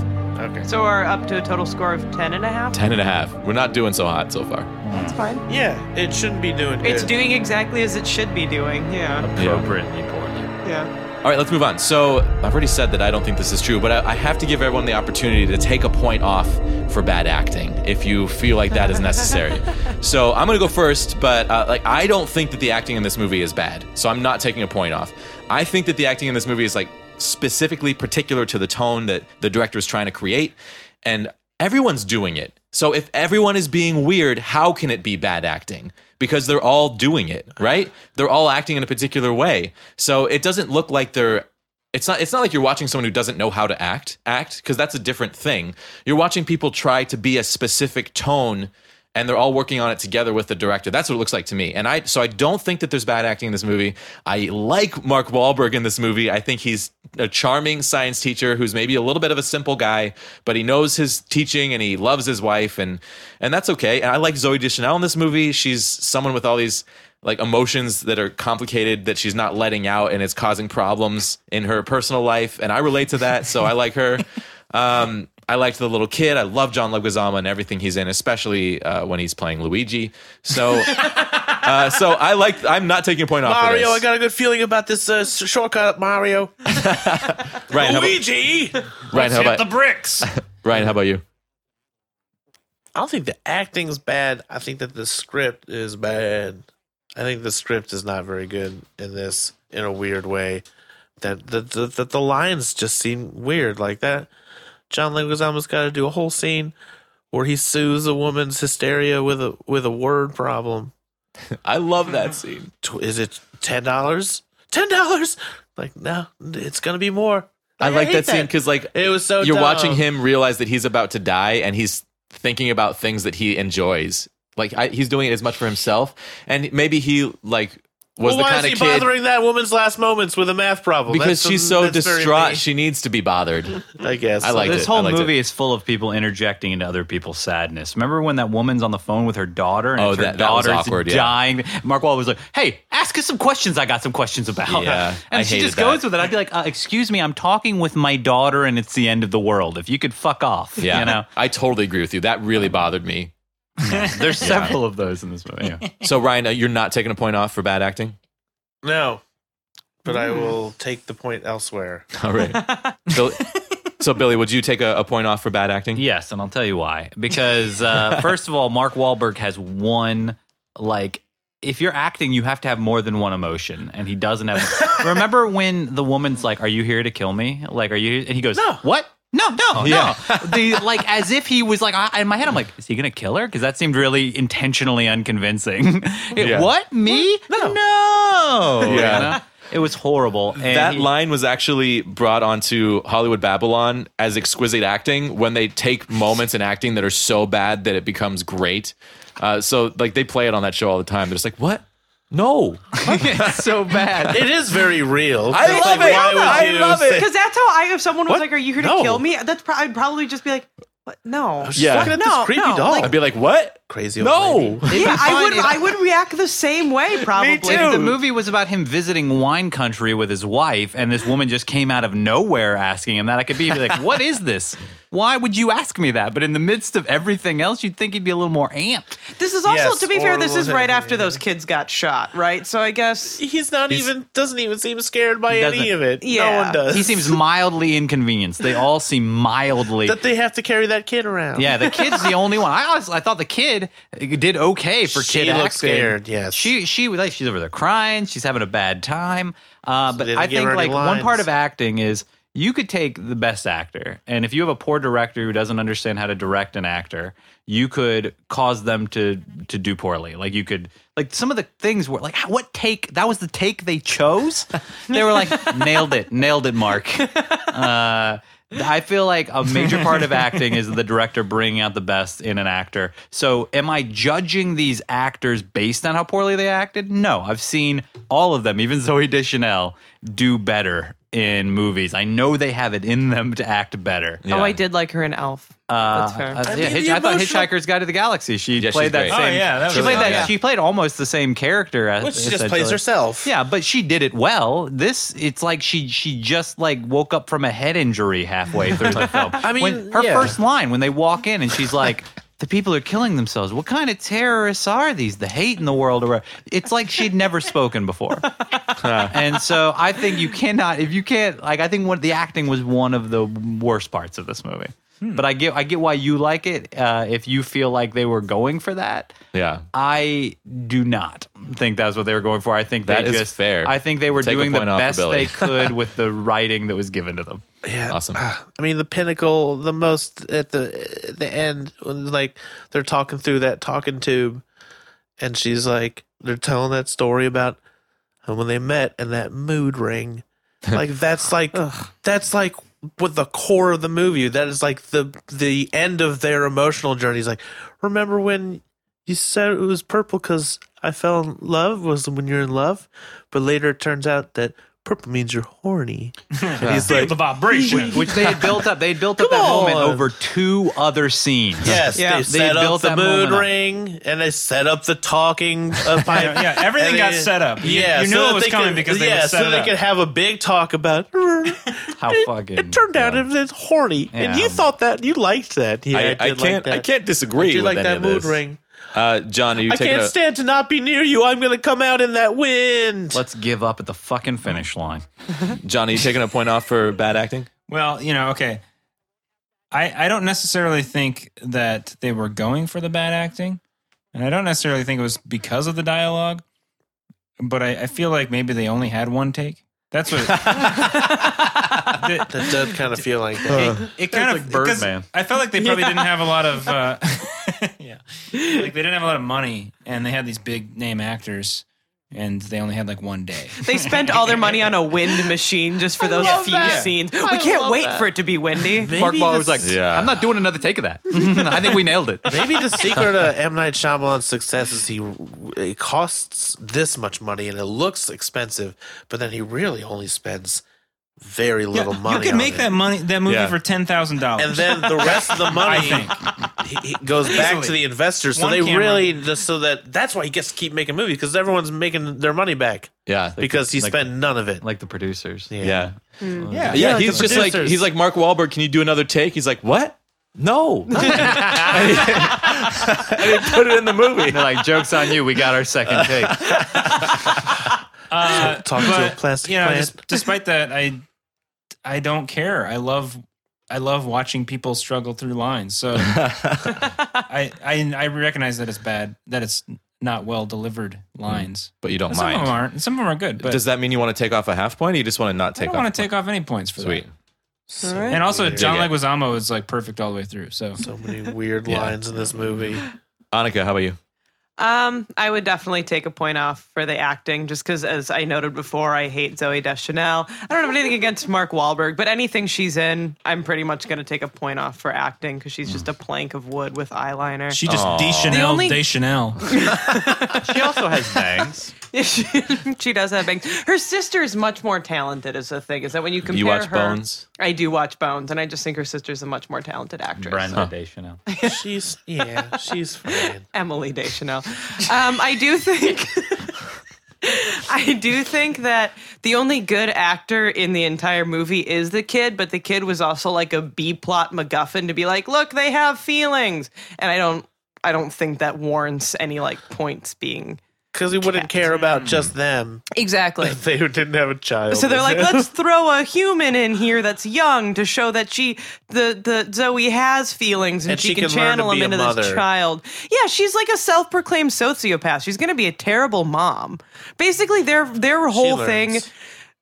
so we're up to a total score of ten and a half.
Ten and a half. We're not doing so hot so far.
That's fine.
Yeah, it shouldn't be doing.
It's
good.
doing exactly as it should be doing. Yeah.
appropriately poorly.
Yeah.
All right, let's move on. So I've already said that I don't think this is true, but I, I have to give everyone the opportunity to take a point off for bad acting if you feel like that is necessary. so I'm gonna go first, but uh, like I don't think that the acting in this movie is bad, so I'm not taking a point off. I think that the acting in this movie is like specifically particular to the tone that the director is trying to create, and everyone's doing it. So if everyone is being weird, how can it be bad acting? Because they're all doing it, right? They're all acting in a particular way. So it doesn't look like they're it's not it's not like you're watching someone who doesn't know how to act act because that's a different thing. You're watching people try to be a specific tone and they're all working on it together with the director. That's what it looks like to me. And I so I don't think that there's bad acting in this movie. I like Mark Wahlberg in this movie. I think he's a charming science teacher who's maybe a little bit of a simple guy, but he knows his teaching and he loves his wife and and that's okay. And I like Zoe Deschanel in this movie. She's someone with all these like emotions that are complicated that she's not letting out and it's causing problems in her personal life and I relate to that, so I like her. Um, I liked the little kid. I love John Leguizamo and everything he's in, especially uh, when he's playing Luigi. So, uh, so I like. I'm not taking a point off.
Mario, I
for this.
got a good feeling about this uh, s- shortcut, Mario.
Ryan. How about,
Luigi!
Ryan, how about
bricks.
Ryan? How about you?
I don't think the acting's bad. I think that the script is bad. I think the script is not very good in this, in a weird way. That the the, the, the lines just seem weird like that. John Leguizamo's got to do a whole scene where he soothes a woman's hysteria with a with a word problem.
I love that scene.
Tw- Is it ten dollars? Ten dollars? Like no, it's gonna be more.
I like
hate
that scene because like
it was so.
you're watching
dumb.
him realize that he's about to die and he's thinking about things that he enjoys. Like I, he's doing it as much for himself, and maybe he like was
well,
the
why
kind
is he
of kid
bothering that woman's last moments with a math problem?
because
That's-
she's so
that's very me,
distraught she needs to be bothered.
I guess
I liked
it.
it.
This whole
I liked
movie is full of people interjecting into other people's sadness. Remember when that woman's on the phone with her daughter and
Oh,
it's her
that- that was
daughter's
awkward, yeah.
dying? Mark Wahlberg was like, "Hey, ask us some questions. I got some questions about."
Yeah,
and
I
she
hated
just goes
that.
with it. I'd be like, uh, "Excuse me, I'm talking with my daughter, and it's the end of the world. If you could fuck off,
Yeah,
you know."
I totally agree with you. That really bothered me.
There's several of those in this movie. yeah.
So Ryan, uh, you're not taking a point off for bad acting.
No. But I will take the point elsewhere.
All right. so, so Billy, would you take a, a point off for bad acting?
Yes, and I'll tell you why. Because uh, first of all, Mark Wahlberg has one like. If you're acting, you have to have more than one emotion, and he doesn't have. Remember when the woman's like, "Are you here to kill me?" Like, "Are you?" And he goes, "No, what? No, no, no." The like, as if he was like, I, in my head, I'm like, "Is he gonna kill her?" Because that seemed really intentionally unconvincing. It-
Yeah.
What me? No, no. You
Yeah.
know? it was horrible. And
that
he-
line was actually brought onto Hollywood Babylon as exquisite acting when they take moments in acting that are so bad that it becomes great. Uh, so like they play it on that show all the time. They're just like, what? No,
it's so bad.
It is very real.
I
It's
love it.
why would
I
you
love
say-
it.
Because that's how I, if someone was like, "Are you here to
No.
kill me?" That's pro- I'd probably just be like, what? "No."
She's
Yeah.
looking at
No,
this creepy
no,
doll.
like-
I'd be like, what?
crazy. old
No.
lady.
Yeah, I would. I would react the same way, probably.
If the movie was about him visiting wine country with his wife, and this woman just came out of nowhere asking him that, I could be like, "What is this? Why would you ask me that?" But in the midst of everything else, you'd think he'd be a little more amped.
This is also,
Yes,
to be fair,
or
this
was
is
it-
right after those kids got shot, right? So I guess
He's not even doesn't even seem scared by any
doesn't.
of it. No
Yeah.
one does.
He seems mildly inconvenienced. They all seem mildly.
that they have to carry that kid around.
yeah, the kid's the only one. I honestly, I thought the kid did okay for
She
kid
looked
acting.
scared, yes.
she she was like she's over there crying. She's having a bad time. Uh, but
they didn't
I
give
think
her any
like one part
lines.
of acting is you could take the best actor, and if you have a poor director who doesn't understand how to direct an actor, you could cause them to to do poorly. Like you could like some of the things were like what take that was the take they chose. They were like nailed it, nailed it, Mark. Uh, I feel like a major part of acting is the director bringing out the best in an actor. So, am I judging these actors based on how poorly they acted? No, I've seen all of them, even Zoe Deschanel, do better in movies. I know they have it in them to act better.
Oh, I did like her in Elf.
Uh,
That's fair.
uh, yeah,
mean,
Hitch-
the
I thought
emotional-
Hitchhiker's Guide to the Galaxy. She
Yeah, she's
played that
great.
same.
Oh,
yeah, that
she
was
played
really
that.
good.
She played almost the same character. as-
Which she just plays
essentially.
herself.
Yeah, but she did it well. This, it's like she she just like woke up from a head injury halfway through the film. I
mean,
when, her
yeah.
first line when they walk in and she's like. The people are killing themselves. What kind of terrorists are these? The hate in the world, or it's like she'd never spoken before. and so I think you cannot, if you can't, like I think one, the acting was one of the worst parts of this movie.
Hmm.
But I get I get why you like it. Uh, if you feel like they were going for that,
Yeah.
I do not think that's what they were going for. I think
That
they
is
just
fair.
I think they were
Take a
doing the
point off for
best
Billy.
they could with the writing that was given to them.
Yeah.
Awesome.
Ah, I mean, the pinnacle, the most at the at the end, when, like they're talking through that talking tube, and she's like, they're telling that story about and when they met and that mood ring. Like that's like that's like with the core of the movie. That is like the the end of their emotional journey. Is like, remember when you said it was purple because I fell in love was when you're in love, but later it turns out that purple means you're horny. And he's like,
the vibration.
Which they had built up. They had built up
Come
that moment
on.
over two other scenes.
Yes,
Yeah,
they,
they
set up
built
the
that
mood
moment up.
ring and they set up the talking uh, pipe.
Yeah, yeah, everything got
And
set up. You- you knew
that
it was
they
coming
could-
because they
yeah,
would set
so
it
they
up.
could have a big talk about. "Mm,
How
it,
fucking.
It turned out
yeah.
it was horny, and
Yeah.
you thought that you liked that. Yeah, I,
I,
did
I
like
can't.
that.
I can't disagree
I did
with
like
any
that
of
mood
this.
ring.
Uh, John, are you
I
taking
can't
a,
stand to not be near you. I'm gonna come out in that wind.
Let's give up at the fucking finish line.
John? Are you taking a point off for bad acting?
Well, you know, okay. I, I don't necessarily think that they were going for the bad acting. And I don't necessarily think it was because of the dialogue. But I, I feel like maybe they only had one take. That's what it,
that does kind of feel like that.
it kind of
like
'cause
Birdman.
I felt like they probably didn't have a lot of uh, yeah, like they didn't have a lot of money, and they had these big name actors, and they only had like one day.
They spent all their money on a wind machine just for those few scenes. we can't wait for it to be windy.
Mark Wahlberg was like,
Yeah.
I'm not doing another take of that. I think we nailed it.
Maybe the secret of M Night Shyamalan's success is he it costs this much money and it looks expensive, but then he really only spends very little money.
you could
on
make
it.
that money that movie
Yeah.
for ten thousand dollars.
and then the rest of the
I
money
think
he- he goes back
Easily.
to the investors. So
One
they
camera.
really just so that that's why he gets to keep making movies because everyone's making their money back
Yeah.
because he
like-
spent none of it.
Like the producers.
Yeah.
yeah.
Hmm.
yeah,
Yeah,
like
he's
the
just like
producers.
he's like Mark Wahlberg. Can you do another take? He's like, what? No. and he put it in the movie.
They're like, joke's on you. We got our second take.
Uh,
Talking to a plastic
you know,
plant.
des- despite that, I I don't care. I love I love watching people struggle through lines. So I, I I recognize that it's bad that it's not well delivered lines.
But you don't
Some of them
mind.
aren't. and Some of them are good. But
Oh, Does that mean you want to take off a half point? Or you just want to not
I
take
don't
off?
want to take off any points for
Sweet.
So
that. And also,
weird.
John
Dig it.
Leguizamo is like perfect all the way through. So
so many weird
Yeah.
lines in this movie.
Annika, how about you?
Um, I would definitely take a point off for the acting, just because, as I noted before, I hate Zoe Deschanel. I don't have anything against Mark Wahlberg, but anything she's in, I'm pretty much going to take a point off for acting because she's just a plank of wood with eyeliner.
she just Deschanel,
The only-
Deschanel.
She also has bangs.
she, she does have bangs. Her sister is much more talented, is the thing. Is that when you compare
you watch
her?
Bones?
I do watch Bones, and I just think her sister's a much more talented actress.
Brenda Deschanel.
She's yeah, she's fine.
Emily Deschanel. Um, I do think. I do think that the only good actor in the entire movie is the kid, but the kid was also like a B plot MacGuffin to be like, look, they have feelings, and I don't, I don't think that warrants any like points being
Because he wouldn't care about just them.
exactly.
They didn't have a child.
So they're like, let's throw a human in here that's young to show that she, the the Zoe has feelings and,
And
she,
she
can,
can learn to
channel them
be a
into this
mother.
child. Yeah, she's like a self-proclaimed sociopath. She's going to be a terrible mom. Basically, their their whole thing,
learns.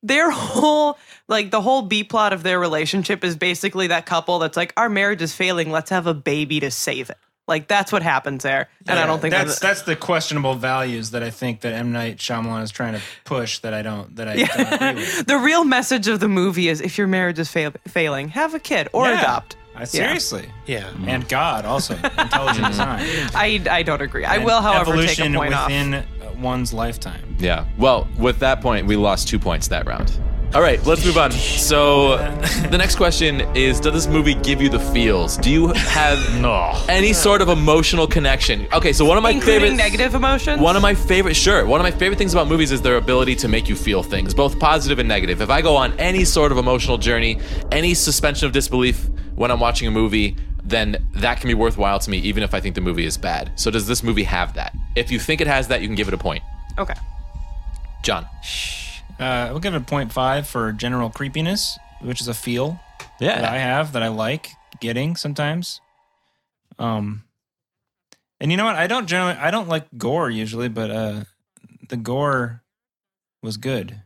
their whole like the whole B plot of their relationship is basically that couple that's like, our marriage is failing. Let's have a baby to save it. Like that's what happens there, and I don't think
that's that's the questionable values that I think that M Night Shyamalan is trying to push that I don't that I don't agree with.
the real message of the movie is if your marriage is fail- failing, have a kid or
Yeah.
adopt.
I, seriously.
yeah.
And God also intelligent design.
I, I don't agree. I will, however, take a
evolution
point off.
within uh, one's lifetime.
Yeah. Well, with that point, we lost two points that round. All right, let's move on. So, the next question is Does this movie give you the feels? Do you have any sort of emotional connection? Okay, so one of my
Including
favorite.
negative emotions.
One of my favorite, sure, one of my favorite things about movies is their ability to make you feel things, both positive and negative. If I go on any sort of emotional journey, any suspension of disbelief when I'm watching a movie, then that can be worthwhile to me, even if I think the movie is bad. So, does this movie have that? If you think it has that, you can give it a point.
okay.
John.
Uh, we'll give it a 0.5 for general creepiness, which is a feel that I have that I like. getting sometimes. Um, and you know what? I don't generally I don't like gore usually, but uh, the gore was good.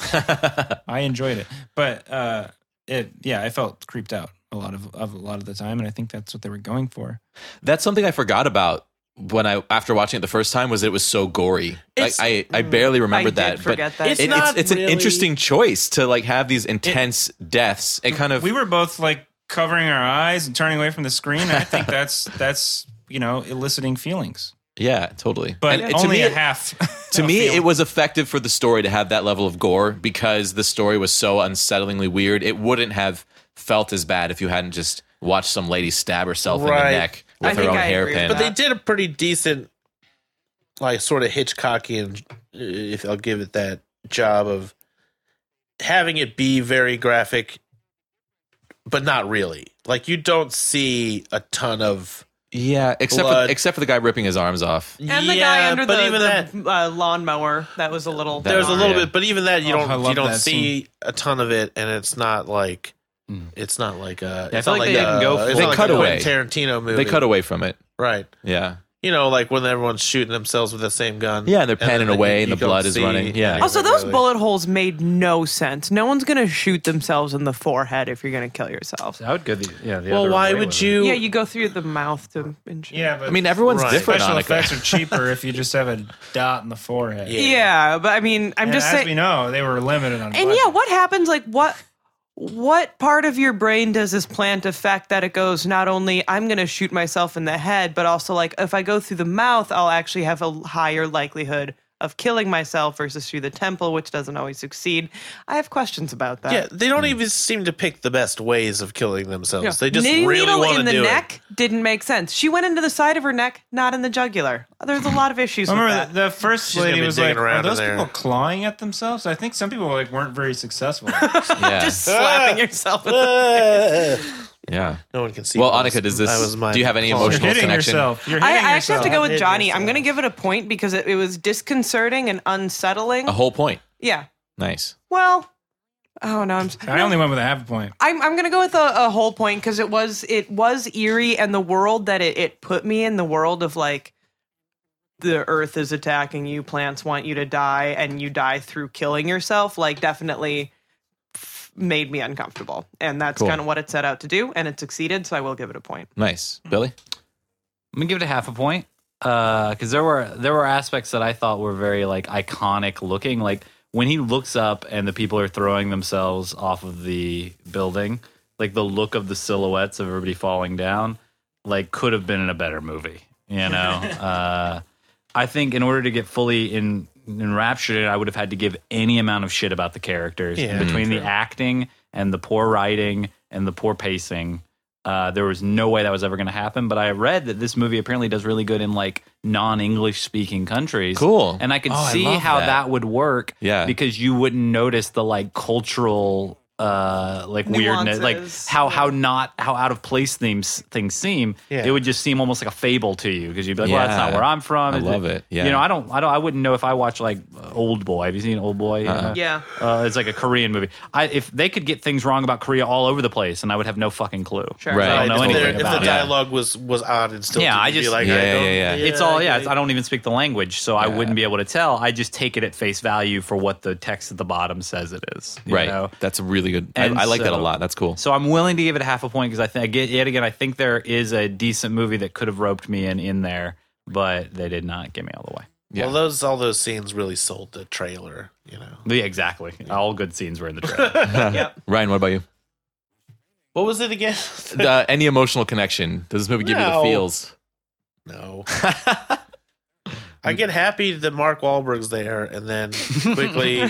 I enjoyed it, but uh, it yeah, I felt creeped out a lot of, of a lot of the time, and I think that's what they were going for.
That's something I forgot about when I after watching it the first time was it was so gory. Like
It's-
I, I barely
I
remembered
did
that. But
forget that.
It's
it- it's,
not
it's an
really-
interesting choice to like have these intense deaths. It kind of
we were both like covering our eyes and turning away from the screen. And I think that's that's you know eliciting feelings,
yeah, totally.
but
And
only
to
a
me,
half.
to
of
me
feeling.
it was effective for the story to have that level of gore because the story was so unsettlingly weird. It wouldn't have felt as bad if you hadn't just watched some lady stab herself in the
Right.
neck
I
with her
think
own
I agree with
hairpin.
But
that.
they did a pretty decent, like sort of Hitchcockian, uh, if I'll give it that job of having it be very graphic, but not really. Like you don't see a ton of
yeah, except for,
Blood.
except for the guy ripping his arms off.
and the guy
Yeah,
under
but
the,
even that,
the uh, lawnmower that was a little.
That
there's a little
Yeah.
bit, but even that you
Oh, I
don't
love
you don't
that
see a ton of it, and it's not like.
Mm.
It's not like a.
Yeah, I
it's
feel
not
like they
a-
didn't go
it's
full-
not
They
like
cut
a
away.
Quentin Tarantino movie.
They cut away from it.
right.
Yeah.
You know, like when everyone's shooting themselves with the same gun.
Yeah, and they're
then
panning
you-
away and
you
the
don't
blood is
see
running. Yeah.
Oh,
anything
Also, Oh, those
really.
bullet holes made no sense. No one's gonna shoot themselves in the forehead if you're gonna kill yourself.
I would go the yeah. The
Well,
other
why
way
would
with it.
you?
Yeah, you go through the mouth to. And shit.
yeah, but
I mean everyone's
Right.
different
special
on it.
effects are cheaper if you just have a dot in the forehead.
Yeah.
Yeah, but I mean, I'm
And
just
as
saying.
we know, they were limited on.
And
budget.
yeah, what happens? Like what? What part of your brain does this plant affect that it goes not only I'm going to shoot myself in the head, but also like if I go through the mouth, I'll actually have a higher likelihood of killing myself versus through the temple, which doesn't always succeed. I have questions about that.
Yeah, they
Hmm.
don't even seem to pick the best ways of killing themselves. They just
Knitting
really
needle
want
in
to
the
do
neck didn't make sense. She went into the side of her neck, not in the jugular. There's a lot of issues.
I
with
remember
that.
the, the first
She's gonna
lady
be
was
digging
like, "Are
around in
those
there."
people clawing at themselves?" I think some people like weren't very successful.
Yeah.
just slapping yourself. in the-
it. Ah,
yeah.
no one can see.
Well,
that was-
Annika, does this?
that was my
do you have any
fault.
You're
emotional
hitting
connection?
yourself. You're
I,
hitting
I actually
yourself.
have to go
I
with
did
Johnny.
yourself.
I'm going to give it a point because it, it was disconcerting and unsettling.
A whole point.
Yeah.
Nice.
Well, oh no, I'm.
I only went with a half a point.
I'm, I'm gonna go with a, a whole point because it was it was eerie and the world that it, it put me in the world of like the earth is attacking you plants want you to die and you die through killing yourself like definitely f- made me uncomfortable and that's
Cool.
kind of what it set out to do and it succeeded so I will give it a point
Nice, Billy.
I'm gonna give it a half a point because there were there were aspects that I thought were very like iconic looking, like when he looks up and the people are throwing themselves off of the building, like the look of the silhouettes of everybody falling down, like could have been in a better movie, you know. uh, I think in order to get fully in enraptured in it, I would have had to give any amount of shit about the characters
Yeah,
Mm,
between the acting and the poor writing and the poor pacing. Uh, there was no way that was ever going to happen, but I read that this movie apparently does really good in like non-English speaking countries.
Cool.
and I could
Oh, I
see
love
how
that.
that. would work.
Yeah.
because you wouldn't notice the like cultural, uh, like weirdness,
Nuances.
like how how not how out of place themes things seem.
Yeah.
It would just seem almost like a fable to you because you'd be like, well, that's not
Yeah.
where I'm from.
I
Is
love it. Yeah.
you know, I don't, I don't, I wouldn't know if I watch like Old Boy. Have you seen Old Boy?
Uh-uh.
Uh,
yeah
uh, it's like a Korean movie. I, if they could get things wrong about Korea all over the place, and I would have no fucking clue.
Sure.
Right.
Right,
I don't know
if,
anything
there- if
about
the
it.
dialogue was was odd and still
Yeah, I
be
just-
like,
Yeah,
I don't,
yeah, yeah.
it's all yeah.
get
it's- I don't even speak the language, so I wouldn't be able to tell. I just take it at face value for what the text at the bottom says it is. you
Right.
know?
That's a really good. I,
And
I like that a
so-
lot. That's cool.
So I'm willing to give it a half a point because I think again- yet again I think there is a decent movie that could have roped me in in there, but they did not get me all the way.
it.
Yeah.
Well, those all those scenes really sold the trailer. You know,
Yeah, exactly. All good scenes were in the trailer.
Ryan, what about you?
what was it again?
Uh, any emotional connection? Does this movie give you the
No.
feels?
no. I get happy that Mark Wahlberg's there, and then quickly,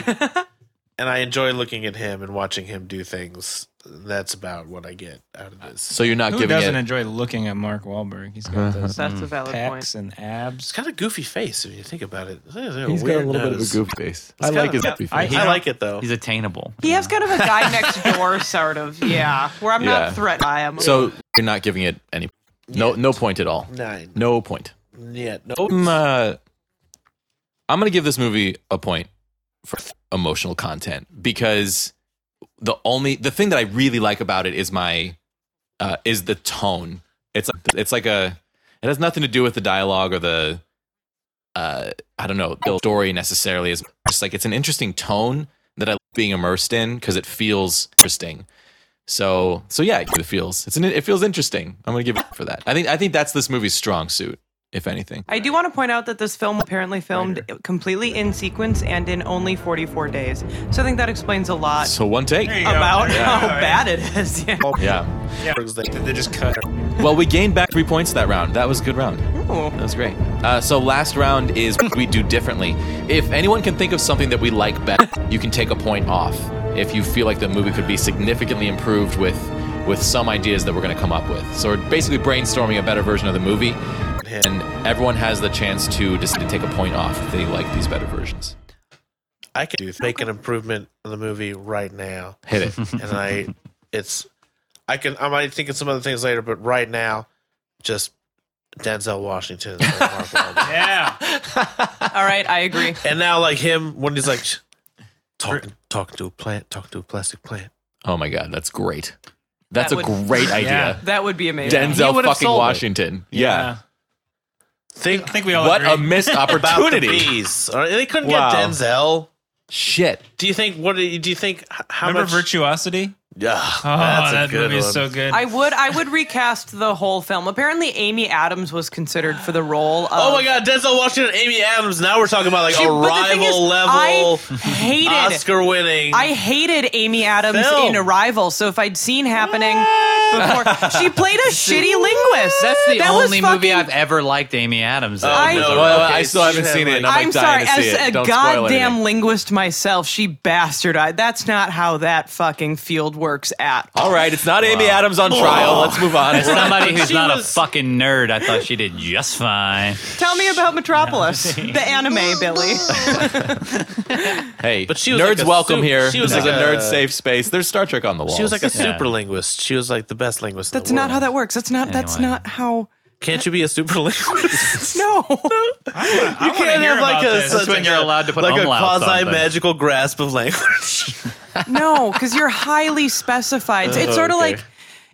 and I enjoy looking at him and watching him do things. That's about what I get out of this.
So you're not
Who
giving
doesn't
it.
enjoy looking at Mark Wahlberg? He's got those
that's a valid point
pecs and
It's
abs.
got a goofy face if you think about it. He's
He's got a little bit of a goof face. I
It's
like
kinda-
his goofy
I,
face.
I like it though.
He's attainable.
he has kind of a guy next door sort of yeah where I'm
Yeah.
not threatened by him
So you're not giving it any. No, no point at all.
Nine.
No point.
Yeah. No.
I'm, uh, I'm gonna give this movie a point for emotional content because the only the thing that I really like about it is my uh, is the tone. It's it's like a it has nothing to do with the dialogue or the uh, I don't know the story necessarily. Is just like it's an interesting tone that I like being immersed in because it feels interesting. So so yeah, it feels it's an, it feels interesting. I'm gonna give it for that. I think I think that's this movie's strong suit, if anything.
I do want to point out that this film apparently filmed completely in sequence and in only 44 days. So I think that explains a lot
So one take.
There you go.
about
Yeah.
how
Yeah.
bad it is. Yeah.
Yeah.
Did they just cut?
Well, we gained back three points that round. That was a good round.
Ooh.
That was great. Uh, so last round is what we do differently. If anyone can think of something that we like better, you can take a point off. If you feel like the movie could be significantly improved with with some ideas that we're going to come up with. So we're basically brainstorming a better version of the movie, and everyone has the chance to decide to take a point off if they like these better versions.
I can do make an improvement on the movie right now,
Hit it.
and I, it's, I can. I might think of some other things later, but right now, just Denzel Washington. is like Mark Wahlberg.
Yeah.
All right, I agree.
and now, like him when he's like talking, talking to a plant, talking to a plastic plant.
Oh my god, that's great. That's
That
a
would-
great idea.
That would be amazing.
He
Denzel
would've
fucking
sold it.
Washington. Yeah.
Think
I think we all
What
agree.
a missed
about the
opportunity.
bees. All right, They couldn't
Wow.
get Denzel.
Shit.
Do you think? What do you do you think? h- How
Remember
much?
Virtuosity?
yeah,
Oh,
that's a
that
good
movie
one.
is so good.
I would I would recast the whole film. Apparently Amy Adams was considered for the role of
Oh my God, Denzel Washington, and Amy Adams. Now we're talking about like
She-
a
but the thing
rival
is,
level,
I hated
Oscar-winning.
I hated Amy Adams
Film.
in Arrival, so if I'd seen happening before, she played a shitty linguist.
That's the
That was
only movie
fucking-
I've ever liked Amy Adams. in.
I-
Oh, no,
Well,
okay,
I still
she
haven't
had,
seen it, and
like-
I'm
I'm
like dying
sorry,
to see
as
it.
a
Don't spoil
goddamn
anything.
linguist myself, she bastardized. That's not how that fucking field works at all.
All right, it's not Amy Adams on trial. Let's move on.
As somebody who's
She
not
was-
a fucking nerd, I thought she did just fine.
Tell me about Metropolis, the anime, Billy.
hey,
But she was
nerds
like a
welcome
soup-
here.
she was
this
like
is a nerd
a-
safe space. There's Star Trek on the wall.
She was like a super linguist. She was like the best linguist. in
That's
the
not
world.
how that works. That's not. That's
Anyway.
not how.
Can't you be a super linguist?
No.
I wanna hear about this.
such
when you're allowed to put
like a
umlauts on
quasi magical grasp of language.
No, because you're highly specified. It's, it's sort of
Oh, okay.
like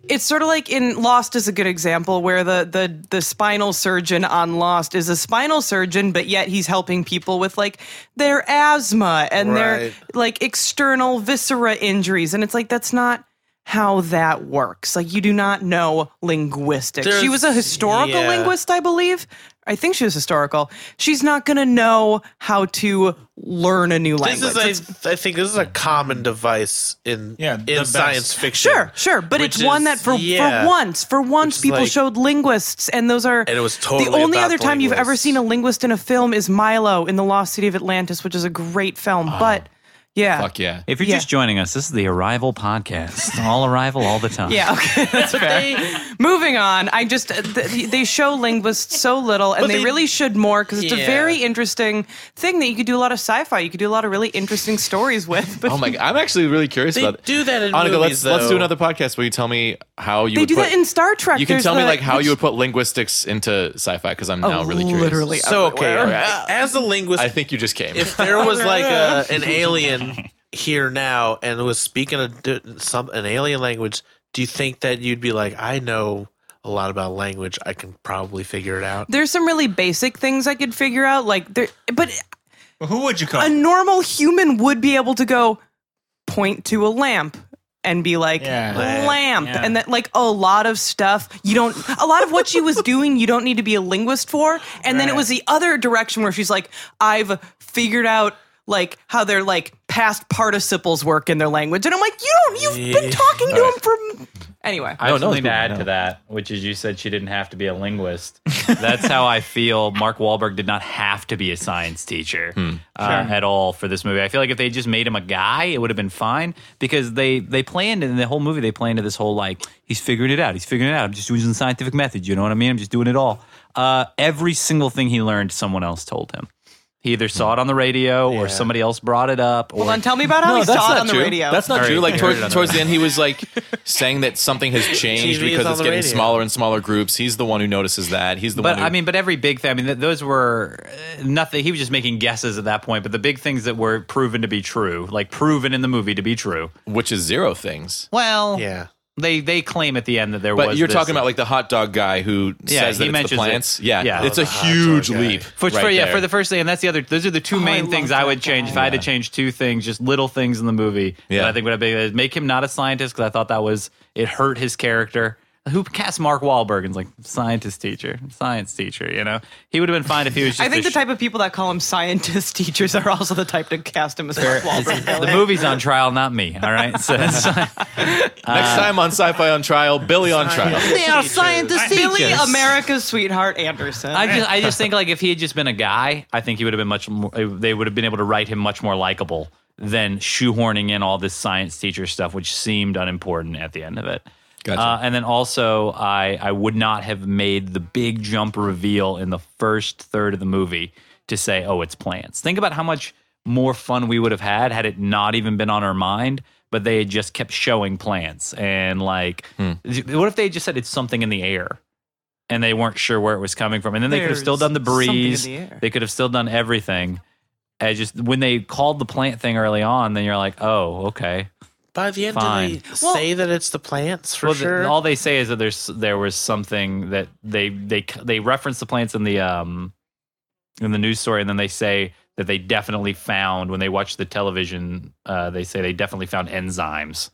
it's sort of like in Lost is a good example where the the the spinal surgeon on Lost is a spinal surgeon, but yet he's helping people with like their asthma and their
Right.
like external viscera injuries, and it's like that's not how that works. Like you do not know linguistics. she
There's-
was a historical
yeah.
linguist, I believe. I think she was historical. She's not going to know how to learn a new
this
language.
is, a, I think, this is a common device in
Yeah, the
in
best.
science fiction.
Sure, sure, but
Which
it's one that
is-
for
yeah.
for once, for once,
is
people
like-
showed linguists, and those are
And it was totally
the only
about
other
the
time you've ever
linguists.
seen a linguist in a film is Milo in the Lost City of Atlantis, which is a great film. but yeah,
Fuck yeah.
If you're
Yeah.
just joining us, this is the Arrival podcast. All Arrival, all the time.
yeah, okay, that's fair. Moving on, I just th- they show linguists so little, and they,
they-
really should more because it's a
Yeah.
very interesting thing that you could do a lot of sci-fi. You could do a lot of really interesting stories with. But
Oh my god, I'm actually really curious
They
about
do that in
Annika, let's
movies,
let's do
though.
another podcast where you tell me how you
they
would
do
put,
that in Star Trek.
You can
There's
tell me
the-
like how
which-
you would put linguistics into sci-fi because I'm now really curious.
literally
So okay,
everywhere.
as a linguist,
I think you just came.
if there was like a, an alien here now and was speaking a, di- some an alien language, do you think that you'd be like, I know a lot about language, I can probably figure it out?
There's some really basic things I could figure out, like there, but
Who would you call?
a normal human would be able to go point to a lamp and be like
Yeah.
lamp
Yeah.
and that like a lot of stuff you don't a lot of what she was doing you don't need to be a linguist for and then it
Right.
was the other direction where she's like i've figured out like how their like past participles work in their language and i'm like you don't you've been talking to him for anyway
I have
no,
something
it's
to
cool.
add to that, which is you said she didn't have to be a linguist. That's how I feel. Mark Wahlberg did not have to be a science teacher
Hmm.
uh, at all for this movie. I feel like if they just made him a guy, it would have been fine because they they planned in the whole movie. They planned to this whole like he's figuring it out. He's figuring it out. I'm just using the scientific method. You know what I mean? I'm just doing it all. Uh, every single thing he learned, someone else told him. He either saw it on the radio or somebody else brought it up. Or
hold on tell me about how
no,
he
that's
saw it
not
on the
true.
radio
That's not
All
true.
right,
Like
you heard it
towards,
on the
towards the end, he was like saying that something has changed
TV is
because
on
it's
the
getting
radio.
smaller and smaller groups. He's the one who notices that. He's the
But
one. Who,
I mean, but every big thing. I mean, th- those were uh, nothing. He was just making guesses at that point. But the big things that were proven to be true, like proven in the movie to be true.
which is zero things.
Well,
Yeah.
They they claim at the end that there
But
was.
you're
this-
talking about like the hot dog guy who
Yeah,
says
he
that it's the
mentions it.
plants. Yeah,
Yeah.
it's a
Oh, the hot dog
huge
guy.
leap.
For,
right
for yeah,
there.
for the first thing, and that's the other. Those are the two
Oh, I
main
love
things I
that
would change if
guy.
I had to change two things, just little things in the movie.
Yeah.
that I think would have been make him not a scientist because I thought that was it hurt his character. Who cast Mark Wahlberg and's like scientist teacher, science teacher? You know, he would have been fine if he was. just
I think
a
the
sh-
type of people that call him scientist teachers are also the type to cast him as Mark Wahlberg.
The movie's on trial, not me. All right. So that's
Ah.
Next time on Sci-Fi on Trial, Billy on Trial.
they are scientist
Billy, America's sweetheart, Anderson.
I just, I just think like if he had just been a guy, I think he would have been much more. They would have been able to write him much more likable than shoehorning in all this science teacher stuff, which seemed unimportant at the end of it.
Gotcha.
Uh, and then also, I I would not have made the big jump reveal in the first third of the movie to say, oh, it's plants. Think about how much more fun we would have had had it not even been on our mind. But they had just kept showing plants, and like, what if they had just said it's something in the air? and they weren't sure where it was coming from. And then they could have still
There's
done the
something in
breeze.
the air.
they could have still done everything. I just when they called the plant thing early on, then you're like, oh, okay.
By the end,
Fine.
did they say that it's the plants for
well, th-
sure?
all they say is that there's there was something that they they they reference the plants in the um in the news story, and then they say that they definitely found when they watched the television. Uh, they say they definitely found enzymes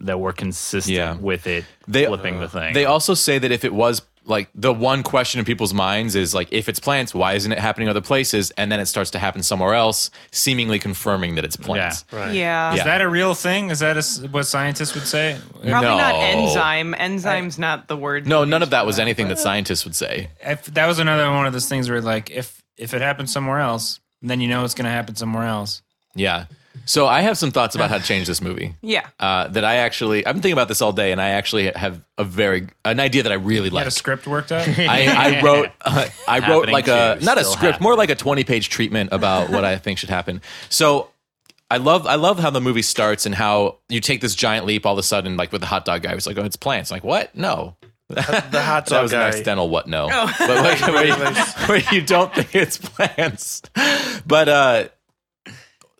that were consistent
Yeah.
with it
They- uh,
flipping the thing.
They also say that if it was like the one question in people's minds is like if it's plants, why isn't it happening other places? And then it starts to happen somewhere else, seemingly confirming that it's plants.
right.
yeah.
Yeah.
Is that a real thing? Is that a s what scientists would say?
Probably not
No.
enzyme. Enzyme's not the word.
No, none of that was anything that scientists would say.
If that was another one of those things where like if if it happened somewhere else, then you know it's going to happen somewhere else.
Yeah. So I have some thoughts about how to change this movie.
Yeah.
Uh, that I actually, I've been thinking about this all day, and I actually have a very an idea that I really
You
like.
had a script worked up.
I, I wrote uh, I wrote
Happening
like a
too,
not a
still
script, more like a twenty page treatment about what I think should happen. So I love I love how the movie starts and how you take this giant leap all of a sudden, like with the hot dog guy. It's like, oh, it's plants. Like what? No.
The hot
That
dog
was
guy.
an accidental what no,
Oh.
but like, where, you, where you don't think it's plants, but uh,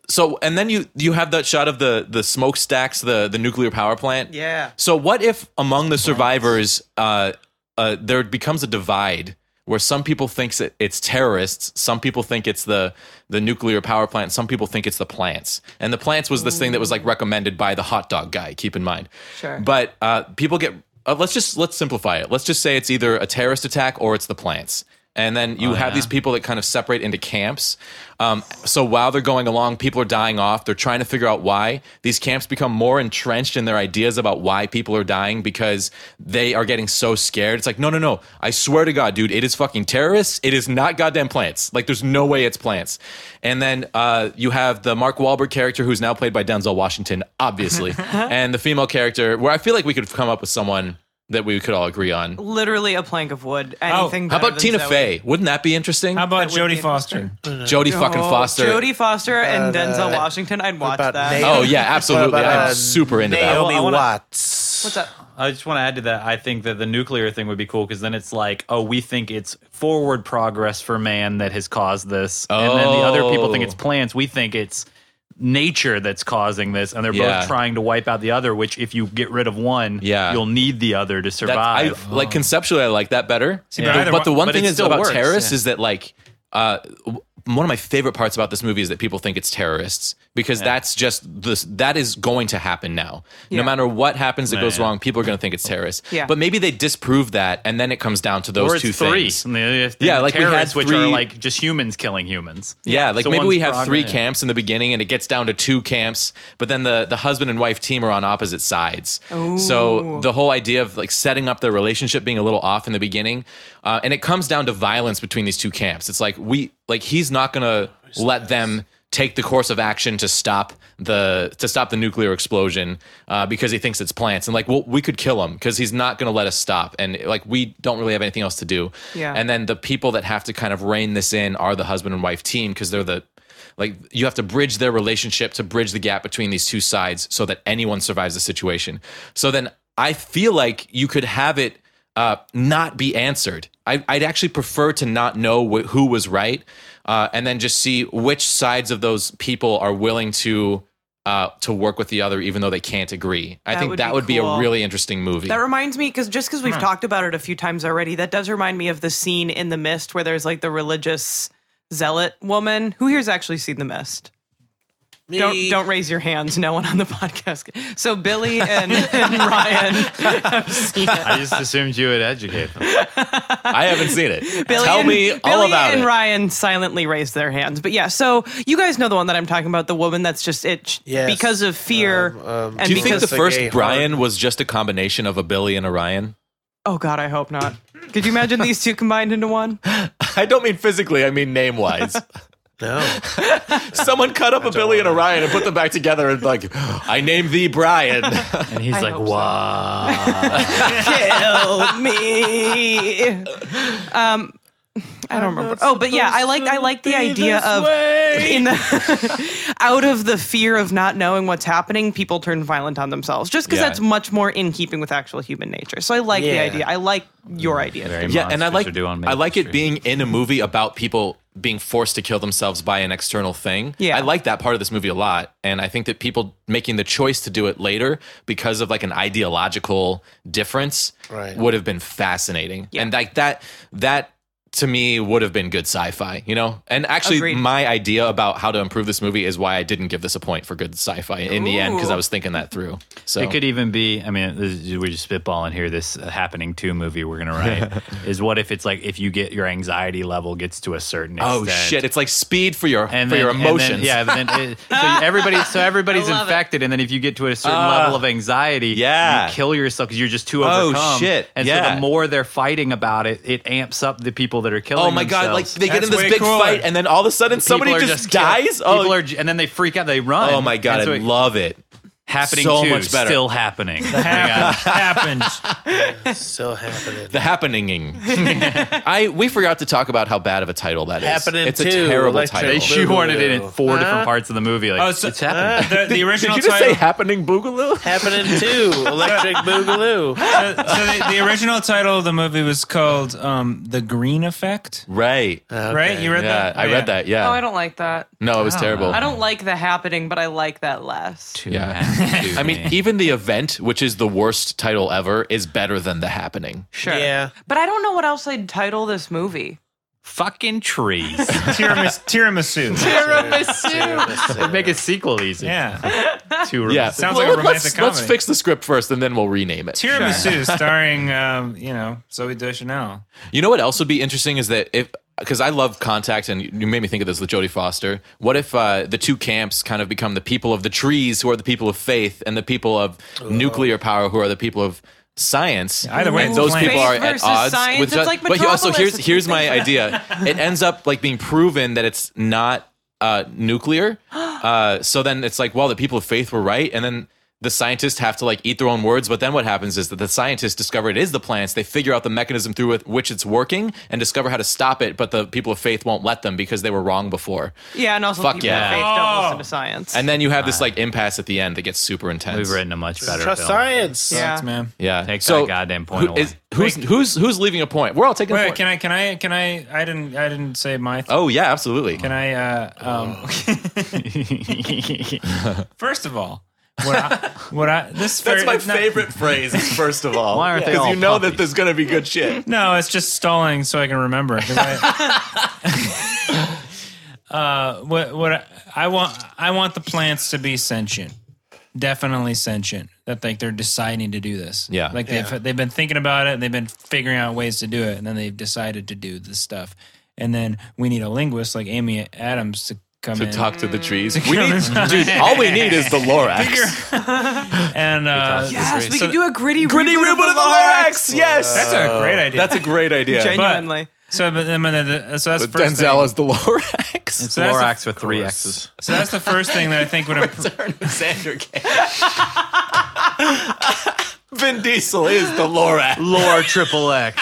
so and then you you have that shot of the the smokestacks, the the nuclear power plant,
Yeah.
so what if among the survivors, uh, uh, there becomes a divide where some people thinks it, it's terrorists, some people think it's the the nuclear power plant, some people think it's the plants, and the plants was this thing that was like recommended by the hot dog guy. Keep in mind.
Sure.
But uh, people get. Uh, let's just let's simplify it. Let's just say it's either a terrorist attack or it's the plants. And then you have these people that kind of separate into camps. Um, so while they're going along, people are dying off. They're trying to figure out why. These camps become more entrenched in their ideas about why people are dying because they are getting so scared. It's like, no, no, no. I swear to God, dude, it is fucking terrorists. It is not goddamn plants. Like, there's no way it's plants. And then uh, you have the Mark Wahlberg character who's now played by Denzel Washington, obviously, and the female character, where I feel like we could come up with someone that we could all agree on.
Literally a plank of wood. Anything.
Oh, How
better
about
than
Tina
Zoe.
Fey? Wouldn't that be interesting?
How about
That would
Jodie
be
Foster?
Jodie fucking
Oh,
Foster.
Jodie Foster and
But, uh,
Denzel Washington. I'd watch
about
that.
Nate?
oh yeah, absolutely.
What about,
I'm
uh,
super into that.
Naomi
I wanna-
Watts.
What's up?
I just want to add to that. I think that the nuclear thing would be cool because then it's like, oh, we think it's forward progress for man that has caused this, and then the other people think
Oh.
it's plants. We think it's nature that's causing this, and they're
Yeah.
both trying to wipe out the other. Which, if you get rid of one,
Yeah.
you'll need the other to
That's, I
survive.
like conceptually, I like that better.
but
But-
either
But the
one-
one
Oh. but
thing
it
is
still
about
works,
terrorists
yeah.
is that like uh, w- one of my favorite parts about this movie is that people think it's terrorists because that's just this that is going to happen now.
Yeah.
No matter what happens that goes
Yeah.
wrong, people are going to think it's terrorists.
Yeah.
But maybe they disprove that, and then it comes down to those
or it's
two
three.
things.
And the- and
Yeah,
the
like we had
terrorists, which are
three-
like just humans killing humans.
Yeah, like
So
maybe
one's
we have
progress,
three
yeah.
camps in the beginning and it gets down to two camps, but then the, the husband and wife team are on opposite sides. So the whole idea of like setting up their relationship being a little off in the beginning, uh, and it comes down to violence between these two camps. It's like we like he's not gonna let them take the course of action to stop the to stop the nuclear explosion uh, because he thinks it's plants and like well we could kill him because he's not going to let us stop and like we don't really have anything else to do
Yeah.
and then the people that have to kind of rein this in are the husband and wife team because they're the like you have to bridge their relationship to bridge the gap between these two sides so that anyone survives the situation so then i feel like you could have it uh, not be answered. I, I'd actually prefer to not know wh- who was right, uh, and then just see which sides of those people are willing to uh, to work with the other, even though they can't agree. I
That
think
would
that
be
would be a
cool.
really interesting movie.
That reminds me, because just because we've talked about it a few times already, that does remind me of the scene in The Mist where there's like the religious zealot woman. Who here's actually seen The Mist? Don't don't raise your hands. No one on the podcast. So Billy and, and Ryan have seen it.
I just assumed you would educate them.
I haven't seen it.
Billy
Tell
and,
me all
Billy
about
and
it.
Ryan silently raised their hands. But yeah, so you guys know the one that I'm talking about, the woman that's just it
Yes.
because of fear.
Um, um,
and
Do you think
because
the
That's a gay
first
heart.
Brian was just a combination of a Billy and a Ryan?
Oh god, I hope not. Could you imagine these two combined into one?
I don't mean physically, I mean name wise.
No.
Someone cut up a Billy and a Ryan and put them back together and like, I named thee Brian.
And he's like,
hope so.
wow.
Kill me. Um, I don't remember. Oh, but yeah, I like I like the idea of in the out of the fear of not knowing what's happening, people turn violent on themselves. Just because
Yeah.
that's much more in keeping with actual human nature. So I like the
Yeah.
idea. I like your idea.
Very
yeah, and I
monsters
like
are due on
I
Maple
like it
Street.
being in a movie about people being forced to kill themselves by an external thing.
Yeah.
I like that part of this movie a lot. And I think that people making the choice to do it later because of like an ideological difference
Right.
would have been fascinating. And like that that to me would have been good sci-fi, you know? And actually
Agreed.
my idea about how to improve this movie is why I didn't give this a point for good sci-fi in the end because I was thinking that through. So
It could even be. I mean, this is- we're just spitballing here. This uh, happening to movie we're gonna write is what if it's like if you get your anxiety level gets to a certain extent.
Oh shit! It's like speed for your
And
for
then,
your
and then-
emotions.
yeah. But then it, so everybody, so everybody's
love it.
infected, and then if you get to a certain
Ah,
level of anxiety,
yeah.
you kill yourself because you're just too
Oh,
overcome.
shit,
And so
yeah.
the more they're fighting about it, it amps up the people that are killing.
Oh my god! Like
themselves.
they get
That's
in this
way
big
cooler.
fight, and then all of a sudden
People
somebody
are
just,
kill-
dies.
people
Oh,
are, and then they freak out. They run.
oh my god!
And so
I
it-
love it.
happening
so
too,
much better.
Still happening. Oh
happened. happened.
Still happening.
The happeninging. I we forgot to talk about how bad of a title that is.
Happening
it's a
too,
terrible
electric
title.
boogaloo.
you wanted it in four
Huh?
different parts of the movie. Like
Oh, so-
it's happening.
The, the
Did
original
you just
title.
say happening boogaloo?
happening too. Electric Boogaloo.
so the, the original title of the movie was called um, "The Green Effect."
Right.
Right? You read
yeah,
that?
I
Uh, Oh, yeah.
read that. Yeah.
Oh, I don't like that.
no, it was terrible.
I don't like the happening, but I like that less.
Yeah. I mean, even the event, which is the worst title ever, is better than the happening.
Sure.
Yeah.
But I don't know what else I'd title this movie.
fucking trees.
Tiramis, tiramisu.
Tiramisu.
Make a sequel easy.
yeah,
Two
Yeah.
Sounds like a
let's,
romantic
let's
comedy.
fix the script first, and then we'll rename it.
tiramisu, starring um, you know Zoe Deschanel.
You know what else would be interesting is that if because I love Contact and you made me think of this with Jodie Foster. What if uh, the two camps kind of become the people of the trees who are the people of faith and the people of nuclear power who are the people of science?
either way,
and
it's
those
bland.
people are
Faith
at
versus
odds
science,
with
it's like
but he also
Metropolis,
here's
it's
here's
the
my
same
idea. it ends up like being proven that it's not uh, nuclear. Uh, so then it's like, well, the people of faith were right, and then the scientists have to like eat their own words. But then what happens is that the scientists discover it is the plants. They figure out the mechanism through with which it's working and discover how to stop it. But the people of faith won't let them because they were wrong before.
Yeah, and also
Fuck
people
yeah.
of faith don't
Oh.
listen to science.
And then you have this like impasse at the end that gets super intense.
We've written a much better
Trust
film.
science.
yeah.
man.
Yeah.
Take
so
that goddamn point
who
away.
is- who's who's who's leaving a point? We're all taking a
Wait,
point.
can I? Can I? Can I? I didn't. I didn't say my. Th-
oh yeah, absolutely.
Can I? Uh, um, first of all, what I, what I this
That's
very-
my
no-
favorite phrase. First of all,
Why aren't they
Because
all
you know that
puppies?
there's gonna be good shit.
No, it's just stalling so I can remember. it, 'cause I- uh, what what I, I want I want the plants to be sentient, definitely sentient. That like they're deciding to do this.
Yeah.
like they've they've been thinking about it. and They've been figuring out ways to do it, and then they've decided to do this stuff. And then we need a linguist like Amy Adams to come
to
in.
talk to the trees. We need, dude, all we need is the Lorax.
and uh,
Yes, we
so-
could do a gritty, reboot, of the
Lorax, yes.
that's a great idea.
That's a great idea.
Genuinely.
so, but, then- so that's
But
the first
Denzel
thing.
is the Lorax.
So that's the-
Lorax with three X's.
So that's the first thing that I think would improve.
Xander Vin Diesel is the Lorax.
Lore triple X.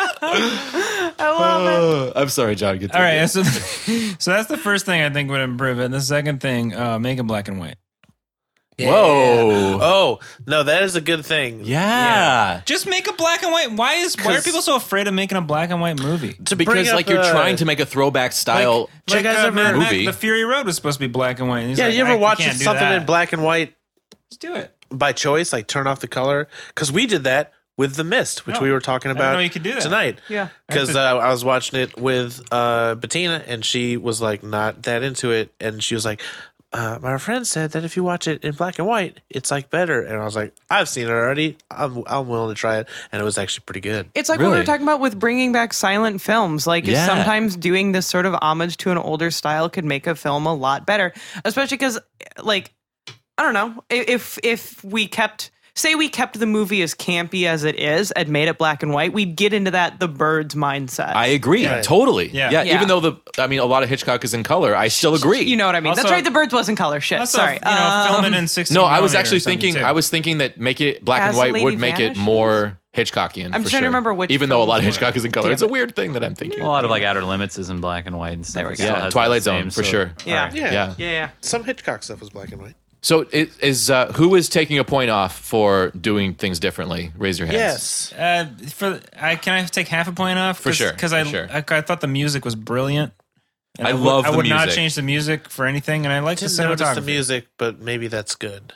I love it.
I'm sorry, John.
All right, so, so that's the first thing I think would improve it. And the second thing, uh, make it black and white.
Whoa.
Oh, Oh, no, that is a good thing.
yeah.
Just make a black and white. Why is why are
'Cause-
people so afraid of making a black and white movie?
To bring
Because
up,
like you're
uh,
trying to make a throwback style.
Do you
Like,
guys
uh,
ever-
Mad Max-
Movie.
The Fury Road was supposed to be black and white. and he's
Yeah,
like,
you
I-
ever
we
watch
can't do
something
that.
in black and white
Let's do it.
by choice, like turn off the color? Because we did that with The Mist, which
No.
we were talking
I didn't
about
know you could do that.
tonight.
Yeah.
Because uh, I was watching it with uh, Bettina, and she was like not that into it, and she was like, uh, "My friend said that if you watch it in black and white, it's like better." And I was like, "I've seen it already. I'm I'm willing to try it," and it was actually pretty good.
It's like what we
Really?
were talking about with bringing back silent films. Like if
Yeah.
sometimes doing this sort of homage to an older style could make a film a lot better, especially because, like, I don't know i- if if we kept say we kept the movie as campy as it is and made it black and white, we'd get into that the bird's mindset.
I agree
Right.
totally.
Yeah.
yeah.
Yeah.
Even though the, I mean, a lot of Hitchcock is in color. I still agree.
you know what I mean? That's
Also-
right. The birds wasn't color shit.
Also,
Sorry.
you know, film it
Um,
in sixteen.
No, I was
millimeter or
actually
something,
thinking.
too.
I was thinking that make it black
As
and
the
white would
Lady
make
Vanishes?
it more Hitchcockian. for
I'm trying to
sure.
remember which
Even though a lot of
films
Hitchcock is in color,
Damn
it's a
it.
weird thing that I'm thinking.
A lot of like Outer Limits is in black and white and stuff.
There we
It
go.
still
Yeah,
has that
Twilight Zone
same
for
sort of-
sure.
yeah. yeah.
Yeah.
Yeah.
Yeah. Yeah.
Some Hitchcock stuff was black and white.
So it is uh, who is taking a point off for doing things differently? Raise your hands.
Yes.
Uh, for I can I take half a point off
For sure,
because
for
I,
sure.
I I thought the music was brilliant. And
I
would-
love
I
the
would not
music.
change the music for anything, and I like the
Didn't notice the
cinematography.
music, but maybe that's good.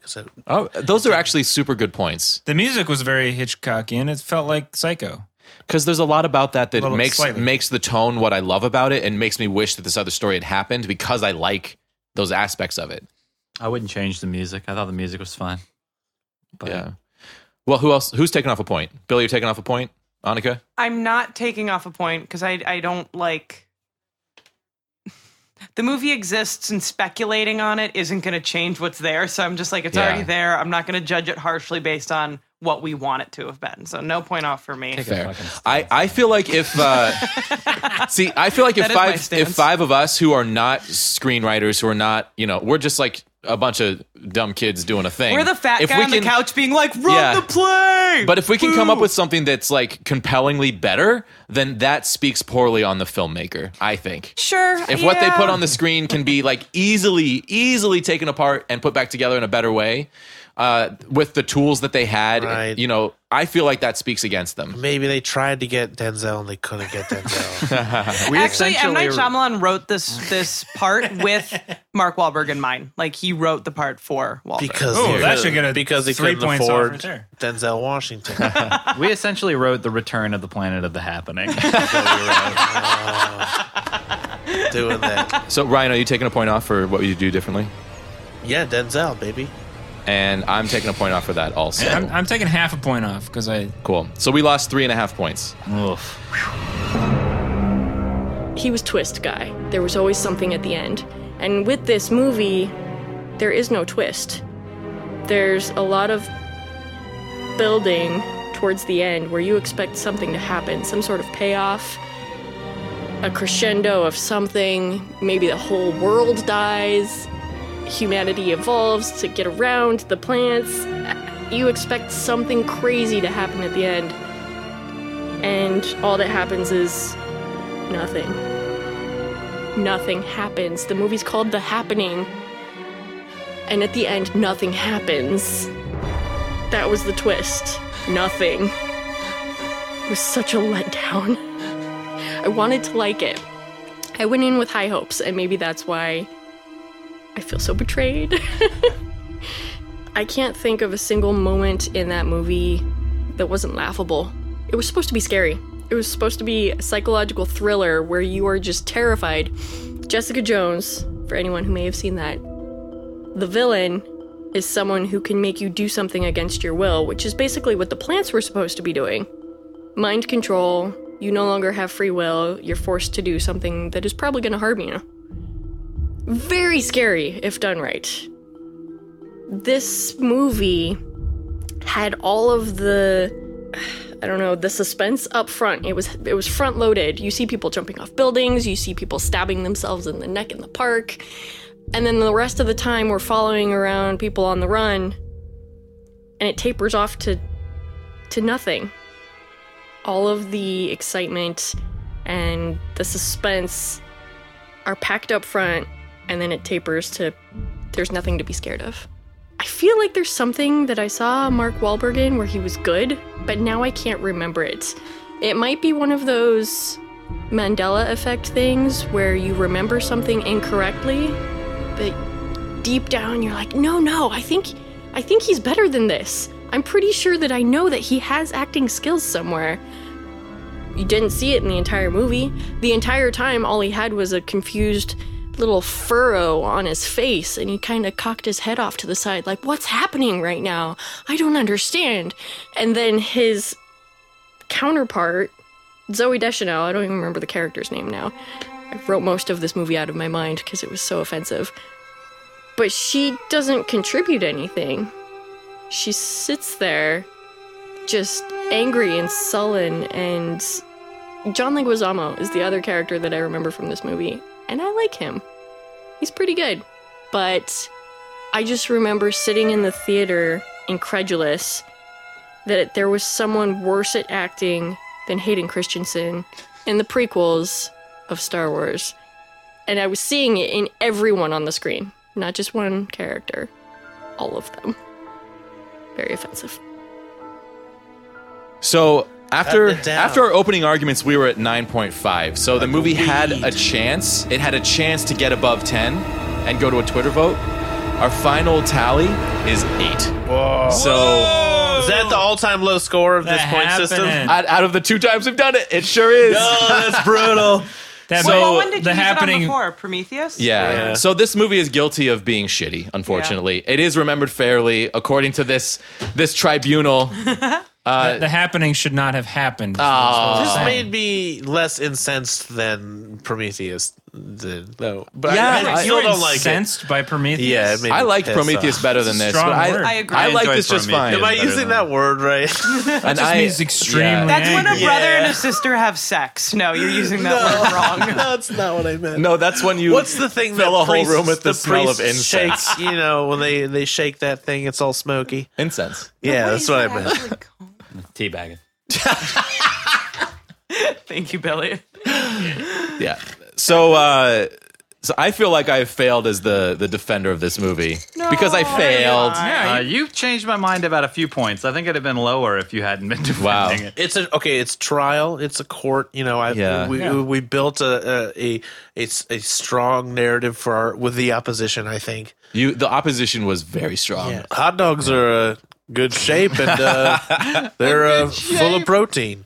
'Cause it-
Oh, those are actually super good points
The music was very Hitchcockian. It felt like Psycho.
because there's a lot about that that
Little-
makes
slightly.
makes the tone what I love about it and makes me wish that this other story had happened because I like those aspects of it.
I wouldn't change the music. I thought the music was fine. But
Yeah. Well, who else? Who's taking off a point? Billy, you're taking off a point. Annika.
I'm not taking off a point because I I don't like the movie exists and speculating on it isn't going to change what's there. So I'm just like it's
Yeah.
already there. I'm not going to judge it harshly based on what we want it to have been. So no point off for me.
Fair. I, I feel like if uh, see, I feel like if
That is my
five if
stance.
five of us who are not screenwriters, who are not you know, we're just like a bunch of dumb kids doing a thing.
We're the fat
if
guy
we
on
can,
the couch being like, "Run
Yeah.
the play!"
But if we can come up
Boo!
with something that's like compellingly better, then that speaks poorly on the filmmaker. I think.
sure,
If what they
yeah.
put on the screen can be like easily, easily taken apart and put back together in a better way, uh, with the tools that they had,
Right.
you know, I feel like that speaks against them.
Maybe they tried to get Denzel and they couldn't get Denzel. we
Actually, M. Night
essentially-
Shyamalan wrote this this part with Mark Wahlberg in mind. Like he wrote the part for Wahlberg.
because
Oh,
he
that
could-
should get a
because he
three
couldn't
points off
afford
right there.
Denzel Washington.
we essentially wrote the Return of the Planet of the Happening.
doing that.
So, Ryan, are you taking a point off for what you do differently?
Yeah, Denzel, baby.
And I'm taking a point off for that also.
I'm, I'm taking half a point off because I
cool. So we lost three and a half points.
Oof.
he was twist guy. There was always something at the end. And with this movie, there is no twist. There's a lot of building towards the end where you expect something to happen, some sort of payoff, a crescendo of something, maybe the whole world dies, humanity evolves to get around the plants. You expect something crazy to happen at the end. And all that happens is nothing. Nothing happens. The movie's called The Happening. And at the end, nothing happens. That was the twist. Nothing. It was such a letdown. I wanted to like it. I went in with high hopes, and maybe that's why I feel so betrayed. I can't think of a single moment in that movie that wasn't laughable. It was supposed to be scary. It was supposed to be a psychological thriller where you are just terrified. Jessica Jones, for anyone who may have seen that, the villain is someone who can make you do something against your will, which is basically what the plants were supposed to be doing. Mind control, you no longer have free will, you're forced to do something that is probably going to harm you. Very scary if done right. This movie had all of the I don't know, the suspense up front. It was it was front loaded. You see people jumping off buildings, you see people stabbing themselves in the neck in the park. And then the rest of the time we're following around people on the run and it tapers off to to nothing. All of the excitement and the suspense are packed up front and then it tapers to there's nothing to be scared of. I feel like there's something that I saw Mark Wahlberg in where he was good, but now I can't remember it. It might be one of those Mandela effect things where you remember something incorrectly, but deep down you're like, "No, no, I think I think he's better than this. I'm pretty sure that I know that he has acting skills somewhere." You didn't see it in the entire movie. The entire time all he had was a confused little furrow on his face and he kind of cocked his head off to the side like what's happening right now i don't understand and then his counterpart zoe deschanel i don't even remember the character's name now i wrote most of this movie out of my mind because it was so offensive but she doesn't contribute anything she sits there just angry and sullen and john leguizamo is the other character that i remember from this movie and i like him he's pretty good but i just remember sitting in the theater incredulous that there was someone worse at acting than hayden christensen in the prequels of star wars and i was seeing it in everyone on the screen not just one character all of them very offensive
So after
it down.
after our opening arguments, we were at 9.5. So the movie had a
weed.
chance. It had a chance to get above 10 and go to a Twitter vote. Our final tally is eight. So
Is that the all-time low score of this
That
point system?
happening.
out, out of the two times we've done it, it sure is.
Oh,
that's brutal.
That
Wait,
so
what one did you
the
use
happening
it on before? Prometheus?
Yeah.
Yeah.
So this movie is guilty of being shitty, unfortunately. It is remembered fairly according to this this tribunal.
the happening should not have happened.
This made me less incensed than Prometheus did, though. But
Yeah,
I, I
I-
still don't like it.
incensed by Prometheus.
Yeah, it made
I
me
like
pissed
Prometheus
off.
better than this,
Strong
but
word.
I
I,
agree.
I, like
enjoyed
this just
Prometheus.
fine.
It
Am I
better
using
than-
that word right?
And
Just
I-
means extremely
yeah.
That's when a
angry.
brother and
Yeah.
a sister have sex. No, you're using that word wrong.
That's not what I meant.
No, that's when you
What's the thing
fill
that
a whole
priests-
room with the, smell of
priest
incense?
Shakes, you know, when they they shake that thing, it's all smoky.
Incense.
Yeah, that's what I meant.
Teabagging.
Thank you, Billy.
Yeah. So uh so I feel like I failed as the the defender of this movie because I failed.
Uh, you've changed my mind about a few points. I think it'd have been lower if you hadn't been defending
Wow.
it.
It's a okay. It's trial. It's a court. You know, I
Yeah.
we
Yeah.
we we built a a, a a s- a strong narrative for our with the opposition. I think
You the opposition was very strong.
hot dogs are uh, good shape and uh, they're uh, full of protein.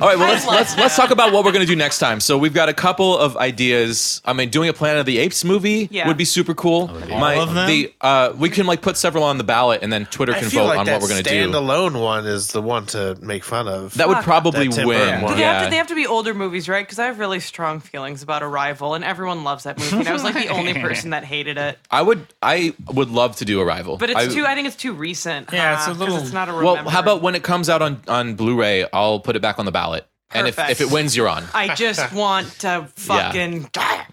All right, well let's let's let's talk about what we're gonna do next time. So we've got a couple of ideas. I mean, doing a Planet of the Apes movie
Yeah.
would be super cool. My
All of them?
the uh we can like put several on the ballot and then Twitter
I
can
feel
vote
like
on
that
what we're gonna do.
standalone one is the one to make fun of.
That would probably
That Tim
win.
Burton one.
They, have
Yeah.
to, they have to be older movies, right? Because I have really strong feelings about Arrival, and everyone loves that movie. And I was like the only person that hated it.
I would I would love to do Arrival.
But it's
I-
too. I think it's too recent.
Yeah,
huh?
it's a
'Cause
little-
It's not a
Well,
remember.
how about when it comes out on on Blu-ray, I'll put it back on the ballot. And if,
Perfect.
if it wins, you're on.
I just want to fucking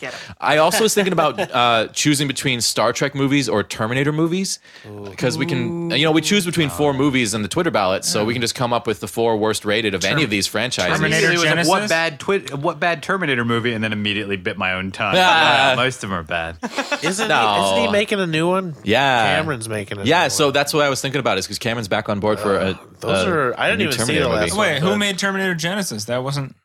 get it.
I also was thinking about uh, choosing between Star Trek movies or Terminator movies because we can, you know, we choose between four movies in the Twitter ballot, so we can just come up with the four worst rated of any of these franchises.
Terminator
Immediately was like,
Genesis?
what bad twi- what bad Terminator movie, and then immediately bit my own tongue.
Ah.
Wow, most of them are bad.
Isn't,
No.
he, isn't he making a new one?
Yeah,
Cameron's making a new
Yeah, so
one.
that's what I was thinking about is because Cameron's back on board for a.
those
a-
are- I
a
didn't
new
even see
Terminator
the last
movie.
one.
Wait, who made Terminator Genesis? That wasn't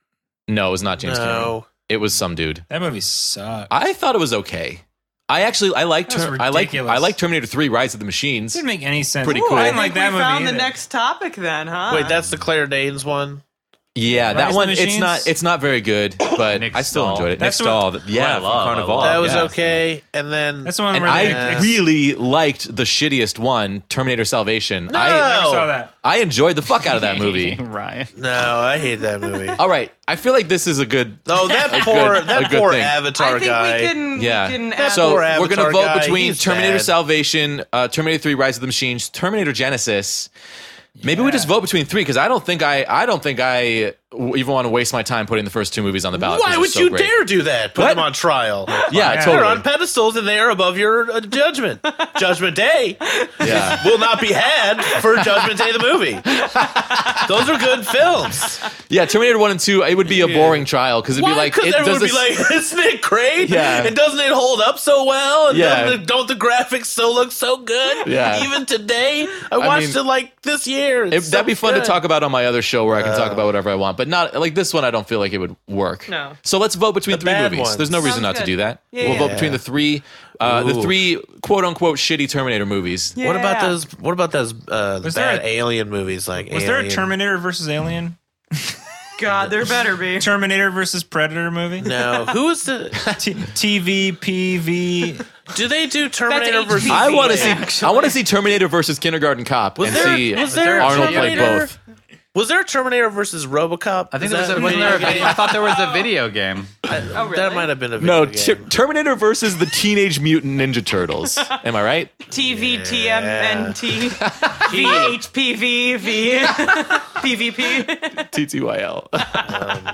No, it was not James Cameron.
no.
It was some dude.
that movie sucked.
I thought it was okay. I actually I like
That was
Ter- I like
ridiculous.
I like Terminator Three: Rise of the Machines.
didn't make any sense.
Pretty
Ooh,
cool.
I
I
didn't
think
like that
we
movie.
found
either.
the next topic then, huh?
Wait, that's the Claire Danes one.
Yeah,
Rise
that
of
one
the
it's
Machines?
not it's not very good, but
Nick
I still
Stahl.
enjoyed it.
That's
Next Nick
the one-
Stahl, yeah,
I love, I
from Carnival.
love.
that was
Oh, yeah.
okay, and then
That's the one
And
where they
I
Yes.
really liked the shittiest one, Terminator Salvation. I
I
No.
saw that.
I enjoyed the fuck out of that movie.
Ryan.
no, I hate that movie.
All right, I feel like this is a good.
Oh, that poor,
good- a
that
good
poor
thing.
I
Avatar
think
guy.
we can.
Yeah.
We can add
So
poor
we're gonna
Avatar
vote
guy,
between
he's
Terminator
bad.
Salvation, uh, Terminator Three: Rise of the Machines, Terminator Genesis. Maybe we just vote between three because I don't think I I don't think I w- even want to waste my time putting the first two movies on the ballot. 'cause
Why
they're
would
so
you
great.
dare do that? Put
What?
them on trial.
Yeah,
They're
totally.
on pedestals and they are above your uh, judgment. judgment Day
Yeah.
will not be had for Judgment Day the movie. Those are good films.
yeah, Terminator 1 and 2, it would be a boring trial because it'd be like,
Because
it
everyone
does
would be
this,
like, isn't it great?
Yeah.
And doesn't it hold up so well? And
Yeah.
doesn't- don't the graphics still look so good?
Yeah.
Even today? I watched
mean,
it like this year.
it-
It's so
that'd be fun
good.
to talk about on my other show where I can talk about whatever I want, but not like this one. I don't feel like it would work.
No.
So let's vote between
The
three
bad
movies.
ones.
There's no reason
Sounds
not to
good.
do that.
Yeah,
we'll
yeah,
vote
yeah.
between the three, uh, the
Ooh.
three quote unquote shitty Terminator movies.
What about
Yeah.
those? What about those uh, the
Was there
bad
a-
alien movies? Like,
Was there a
Alien?
Terminator versus Alien?
God, there better be.
Terminator versus Predator movie?
No. Who is the?
T- TVPV.
Do they do Terminator
HP.
versus?
I want to see.
Alien?
I want to see Terminator versus Kindergarten Cop
Was
and
there-
see
was there a
Arnold play
Terminator?
both.
Was there a Terminator versus RoboCop?
I think
Is
there was
that-
a, wasn't there a video? I thought there was a video game.
Oh, really?
That might have been a video
No,
game.
Ter- Terminator versus the Teenage Mutant Ninja Turtles. Am I right?
TV, TMNT, VHPV, V- PVP.
TTYL.
oh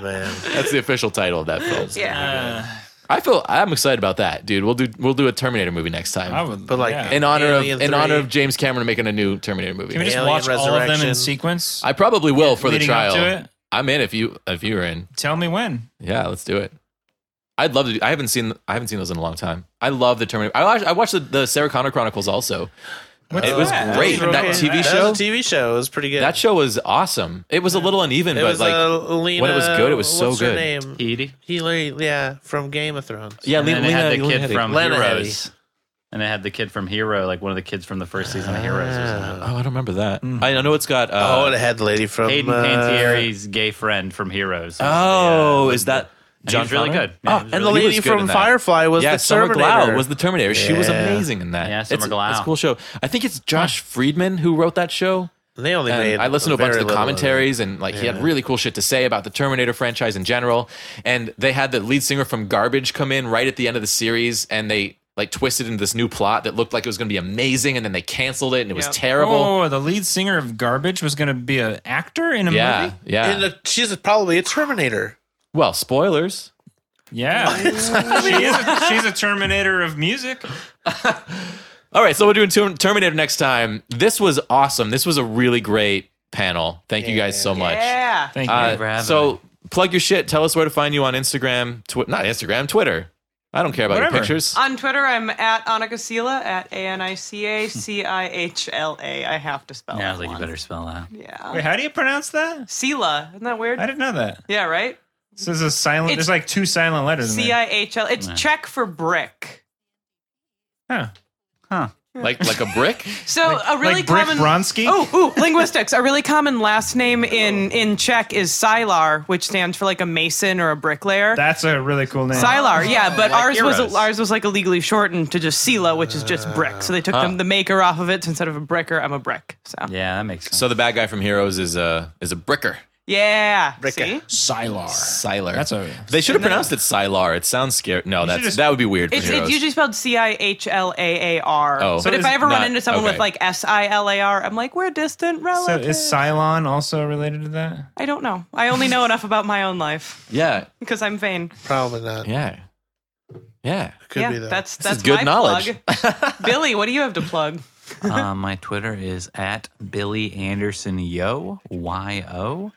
man,
That's the official title of that film.
Yeah.
I feel I'm excited about that, dude. We'll do we'll do a Terminator movie next
I
time
would,
But, like,
yeah.
in honor of
Alien
in honor of
three.
James Cameron making a new Terminator movie.
can we just
Alien
watch all of them in
Resurrection.
sequence?
I probably will for the
Leading up
trial.
to it?
I'm in if you if you're in.
Tell me when.
Yeah, let's do it. I'd love to. Do, I haven't seen I haven't seen those in a long time. I love the Terminator. I watched I watched the, the Sarah Connor Chronicles also. it was
that?
great.
Those are
That
okay.
TV
that
show.
was a TV show. It was pretty good.
That show was awesome. It was a little uneven,
It
but
was
like
uh, Lena,
when it was good, it was so
what's
good.
Her name?
Edie.
Healy, yeah, from Game of Thrones.
yeah,
And
Lena,
then they had the
Lena
kid
Headey.
from
Lena
Heroes. And they had the kid from Hero, like one of the kids from the first season of Heroes. Was in it.
Oh, I don't remember that. I know it's got. Uh,
oh, and it had the lady from
Hayden
uh,
Pantieri's gay friend from Heroes.
Oh, is that
And
John
he's really
Connor?
good. Yeah,
Oh,
he's really
and the
He
lady
was good in
from
that.
Firefly was
yeah,
the
Summer
Terminator.
Glau was the Terminator. She was
Yeah.
amazing in that.
Yeah, Summer
it's,
Glau.
It's a cool show. I think it's Josh Friedman who wrote that show.
They only made.
And I listened to a bunch of
very
the
little it.
commentaries, and like he had really cool shit to say about the Terminator franchise in general. And they had the lead singer from Garbage come in right at the end of the series, and they like twisted into this new plot that looked like it was going to be amazing, and then they canceled it, and it was
Yep.
terrible.
Oh, the lead singer of Garbage was going to be an actor in a
yeah,
movie?
yeah.
And the, she's probably a Terminator.
well, spoilers.
Yeah. she is a, she's a Terminator of music.
All right, so we're doing Term- Terminator next time. This was awesome. This was a really great panel. Thank you guys so much.
Yeah.
Thank you.
Uh,
for having
so plug your shit. Tell us where to find you on Instagram, twi- not Instagram, Twitter. I don't care about your
Whatever.
pictures.
On Twitter, I'm at Anicacila, at A N I C A C I H L A. I have to spell
Yeah, I was
that
like, you
one.
better spell that.
Yeah.
Wait, how do you pronounce that?
Sila. Isn't that
I
weird?
didn't know that.
Yeah, right?
So there's a silent.
It's-
there's like two silent letters. in
C
there.
I H L. It's
Yeah.
Czech for brick.
Huh.
Like like a brick.
So a really
like Brick
common.
Bronski.
Oh, ooh, linguistics. A really common last name in in Czech is Silar, which stands for like a mason or a bricklayer.
that's a really cool name.
Oh,
Silar, yeah, but ours
heroes.
was ours was like illegally shortened to just Sila, which is just brick. So they took them, the maker off of it. So instead of a bricker, I'm a brick. So yeah,
Yeah, that makes sense.
So the bad guy from Heroes is a is a bricker.
see,
Silar.
Silar.
That's a.
they should have pronounced it Silar. It sounds scary. No, that's
just-
that would be weird for
it's,
Heroes.
it's usually spelled C I H L A A R.
Oh. So
but if
is
I ever
not-
run into someone
okay.
with like S I L A R, I'm like, we're distant
So
relatives.
is Cylon also related to that?
I don't know. I only know enough about my own life
yeah,
because I'm vain.
Probably not.
yeah, yeah.
Could
yeah,
be though.
that's
This
that's
is good
my
knowledge.
plug. Billy, what do you have to plug?
uh, my Twitter is at Billy Anderson Yo Y O.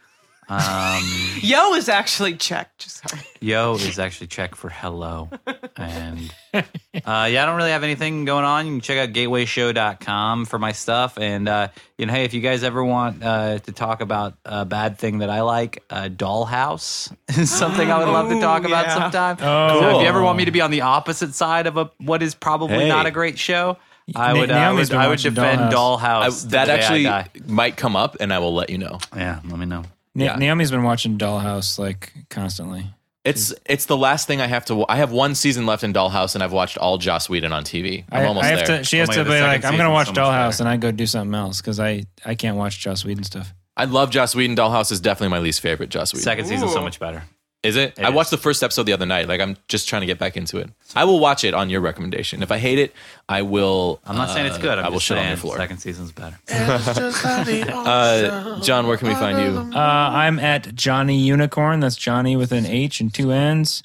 Um,
Yo is actually Czech. Just sorry.
Yo is actually Czech for hello. And uh, yeah, I don't really have anything going on. You can check out gatewayshow.com for my stuff. And uh, you know, hey, if you guys ever want uh, to talk about a bad thing that I like, uh, Dollhouse is something I would love to talk about
yeah.
sometime.
Oh.
So if
Cool.
you ever want me to be on the opposite side of a what is probably
Hey.
not a great show. I
Na-
would, uh, I
Naomi's
would,
been
I would
watching
defend
Dollhouse.
Dollhouse.
I,
to the
that
day I
actually
die.
might come up, and I will let you know.
Yeah, let me know.
Na-
Yeah.
Naomi's been watching Dollhouse like constantly.
It's it's the last thing I have to. wa- I have one season left in Dollhouse, and I've watched all Joss Whedon on TV. I'm
I-
almost
I have
there.
To, she has
Oh my
to
God,
be
the
like,
second
I'm gonna
season's
watch
so much
Dollhouse,
better.
and I go do something else because I I can't watch Joss Whedon stuff.
I love Joss Whedon. Dollhouse is definitely my least favorite Joss Whedon.
Second season's so
Ooh.
much better.
Is it? I watched the first episode the other night. Like I'm just trying to get back into it. I will watch it on your recommendation. If I hate it, I will.
I'm not saying it's
uh,
good. I'm
I will
just
shit
saying
on your floor.
Second season's better.
Uh, John, where can we find you?
Uh, I'm at Johnny Unicorn. That's Johnny with an H and two N's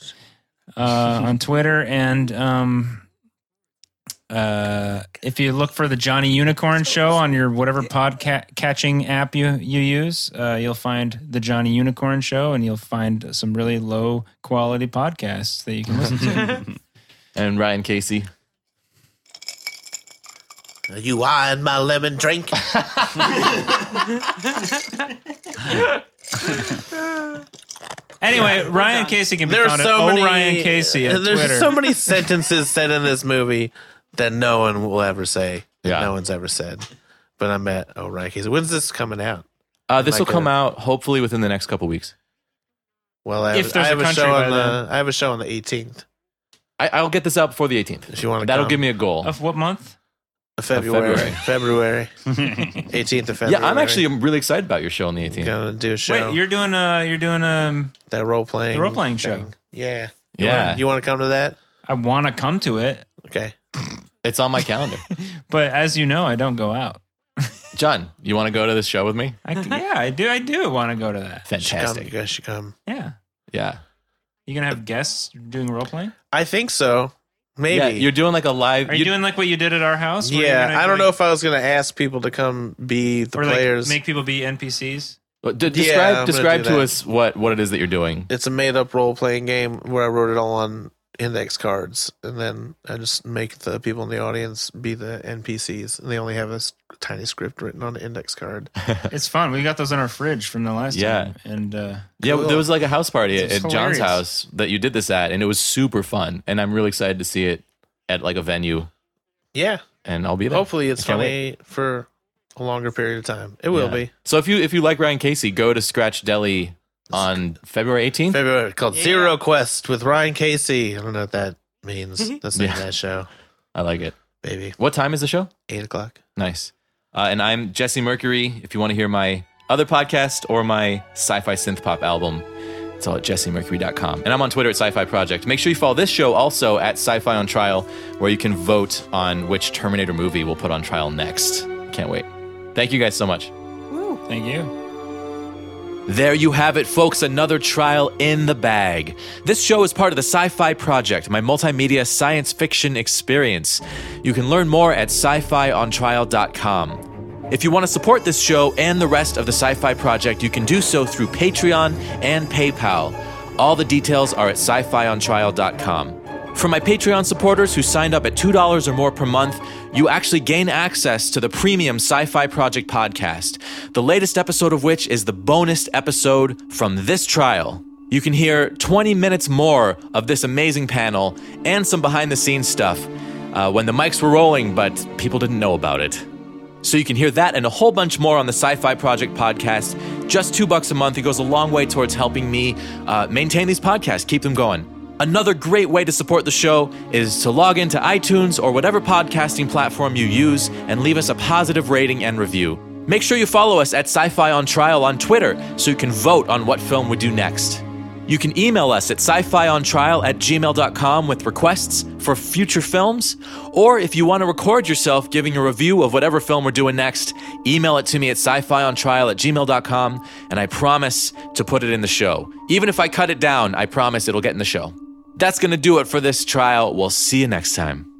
uh, on Twitter. And um, uh, if you look for the Johnny Unicorn show on your whatever podcast catching app you, you use, uh, you'll find the Johnny Unicorn show and you'll find some really low quality podcasts that you can listen to.
And Ryan Casey.
Are you eyeing my lemon drink?
anyway, Ryan Casey can be
There's
found
so
at
many. uh,
Ryan Casey at
there's
Twitter.
so many sentences said in this movie that no one will ever say. that
Yeah.
No one's ever said. But I'm at O'Ryan Casey. When's this coming out?
Uh, this will
Like a-
come out hopefully within the next couple weeks.
Well, I have,
If there's
I have
a
a,
country
show
by
on the I have a show on the 18th
I, I'll get this out before the 18th.
If you wanna
that'll
come.
give me a goal.
of what month?
of February.
February.
February. 18th of February.
yeah, I'm actually really excited about your show on the 18th.
gonna do a show.
Wait, you're doing a you're doing um, a
that role playing.
role playing show.
Yeah.
Yeah,
You want to come to that?
I want to come to it,
Okay.
it's on my calendar.
but as you know, I don't go out.
John, you want to go to this show with me?
I, yeah, I do. I do want to go to that.
Come, you
Fantastic.
guys should come.
Yeah,
Yeah.
you gonna have guests doing role playing?
I think so. Maybe.
Yeah, you're doing like a live.
Are you, doing like what you did at our house? where you're
Yeah,
gonna
I don't
do,
know
like-
if I was gonna ask people to come be the
or like
players.
make people be NPCs.
d- describe
I'm gonna
describe
do
to
that.
us what what it is that you're doing.
it's a made up role playing game where I wrote it all on index cards, and then I just make the people in the audience be the NPCs, and they only have a s- tiny script written on an index card.
It's fun. We got those in our fridge from the last
Yeah.
time. and uh,
Yeah,
Cool.
there was like a house party at,
This is
at John's
hilarious.
house that you did this at, and it was super fun. And I'm really excited to see it at like a venue,
Yeah,
and I'll be there.
hopefully it's
I can't
funny for a longer period of time. It will
Yeah.
be
So if you if you like Ryan Casey, go to Scratch Deli on February 18th.
February called Zero Quest with Ryan Casey. I don't know what that means. That's the name of
Yeah.
that show,
I like it.
baby.
What time is the show?
Eight o'clock.
Nice. Uh, and I'm Jesse Mercury. If you want to hear my other podcast or my sci fi synth pop album, it's all at jessemercury.com. And I'm on Twitter at sci fi project. Make sure you follow this show also at sci fi on trial, where you can vote on which Terminator movie we'll put on trial next. Can't wait. Thank you guys so much.
thank you.
There you have it, folks, another trial in the bag. This show is part of the Sci Fi Project, my multimedia science fiction experience. You can learn more at sci fi on trial.com. If you want to support this show and the rest of the Sci Fi Project, you can do so through Patreon and PayPal. All the details are at sci fi on trial.com. For my Patreon supporters who signed up at $2 or more per month, you actually gain access to the premium Sci Fi Project podcast, the latest episode of which is the bonus episode from this trial. You can hear 20 minutes more of this amazing panel and some behind the scenes stuff uh, when the mics were rolling, but people didn't know about it. So you can hear that and a whole bunch more on the Sci Fi Project podcast. Just two bucks a month. It goes a long way towards helping me uh, maintain these podcasts, keep them going. Another great way to support the show is to log into iTunes or whatever podcasting platform you use and leave us a positive rating and review. Make sure you follow us at Sci Fi on Trial on Twitter so you can vote on what film we do next. You can email us at sci fi on trial at gmail.com with requests for future films, or if you want to record yourself giving a review of whatever film we're doing next, email it to me at sci fi on trial at gmail.com, and I promise to put it in the show. Even if I cut it down, I promise it'll get in the show. That's going to do it for this trial. We'll see you next time.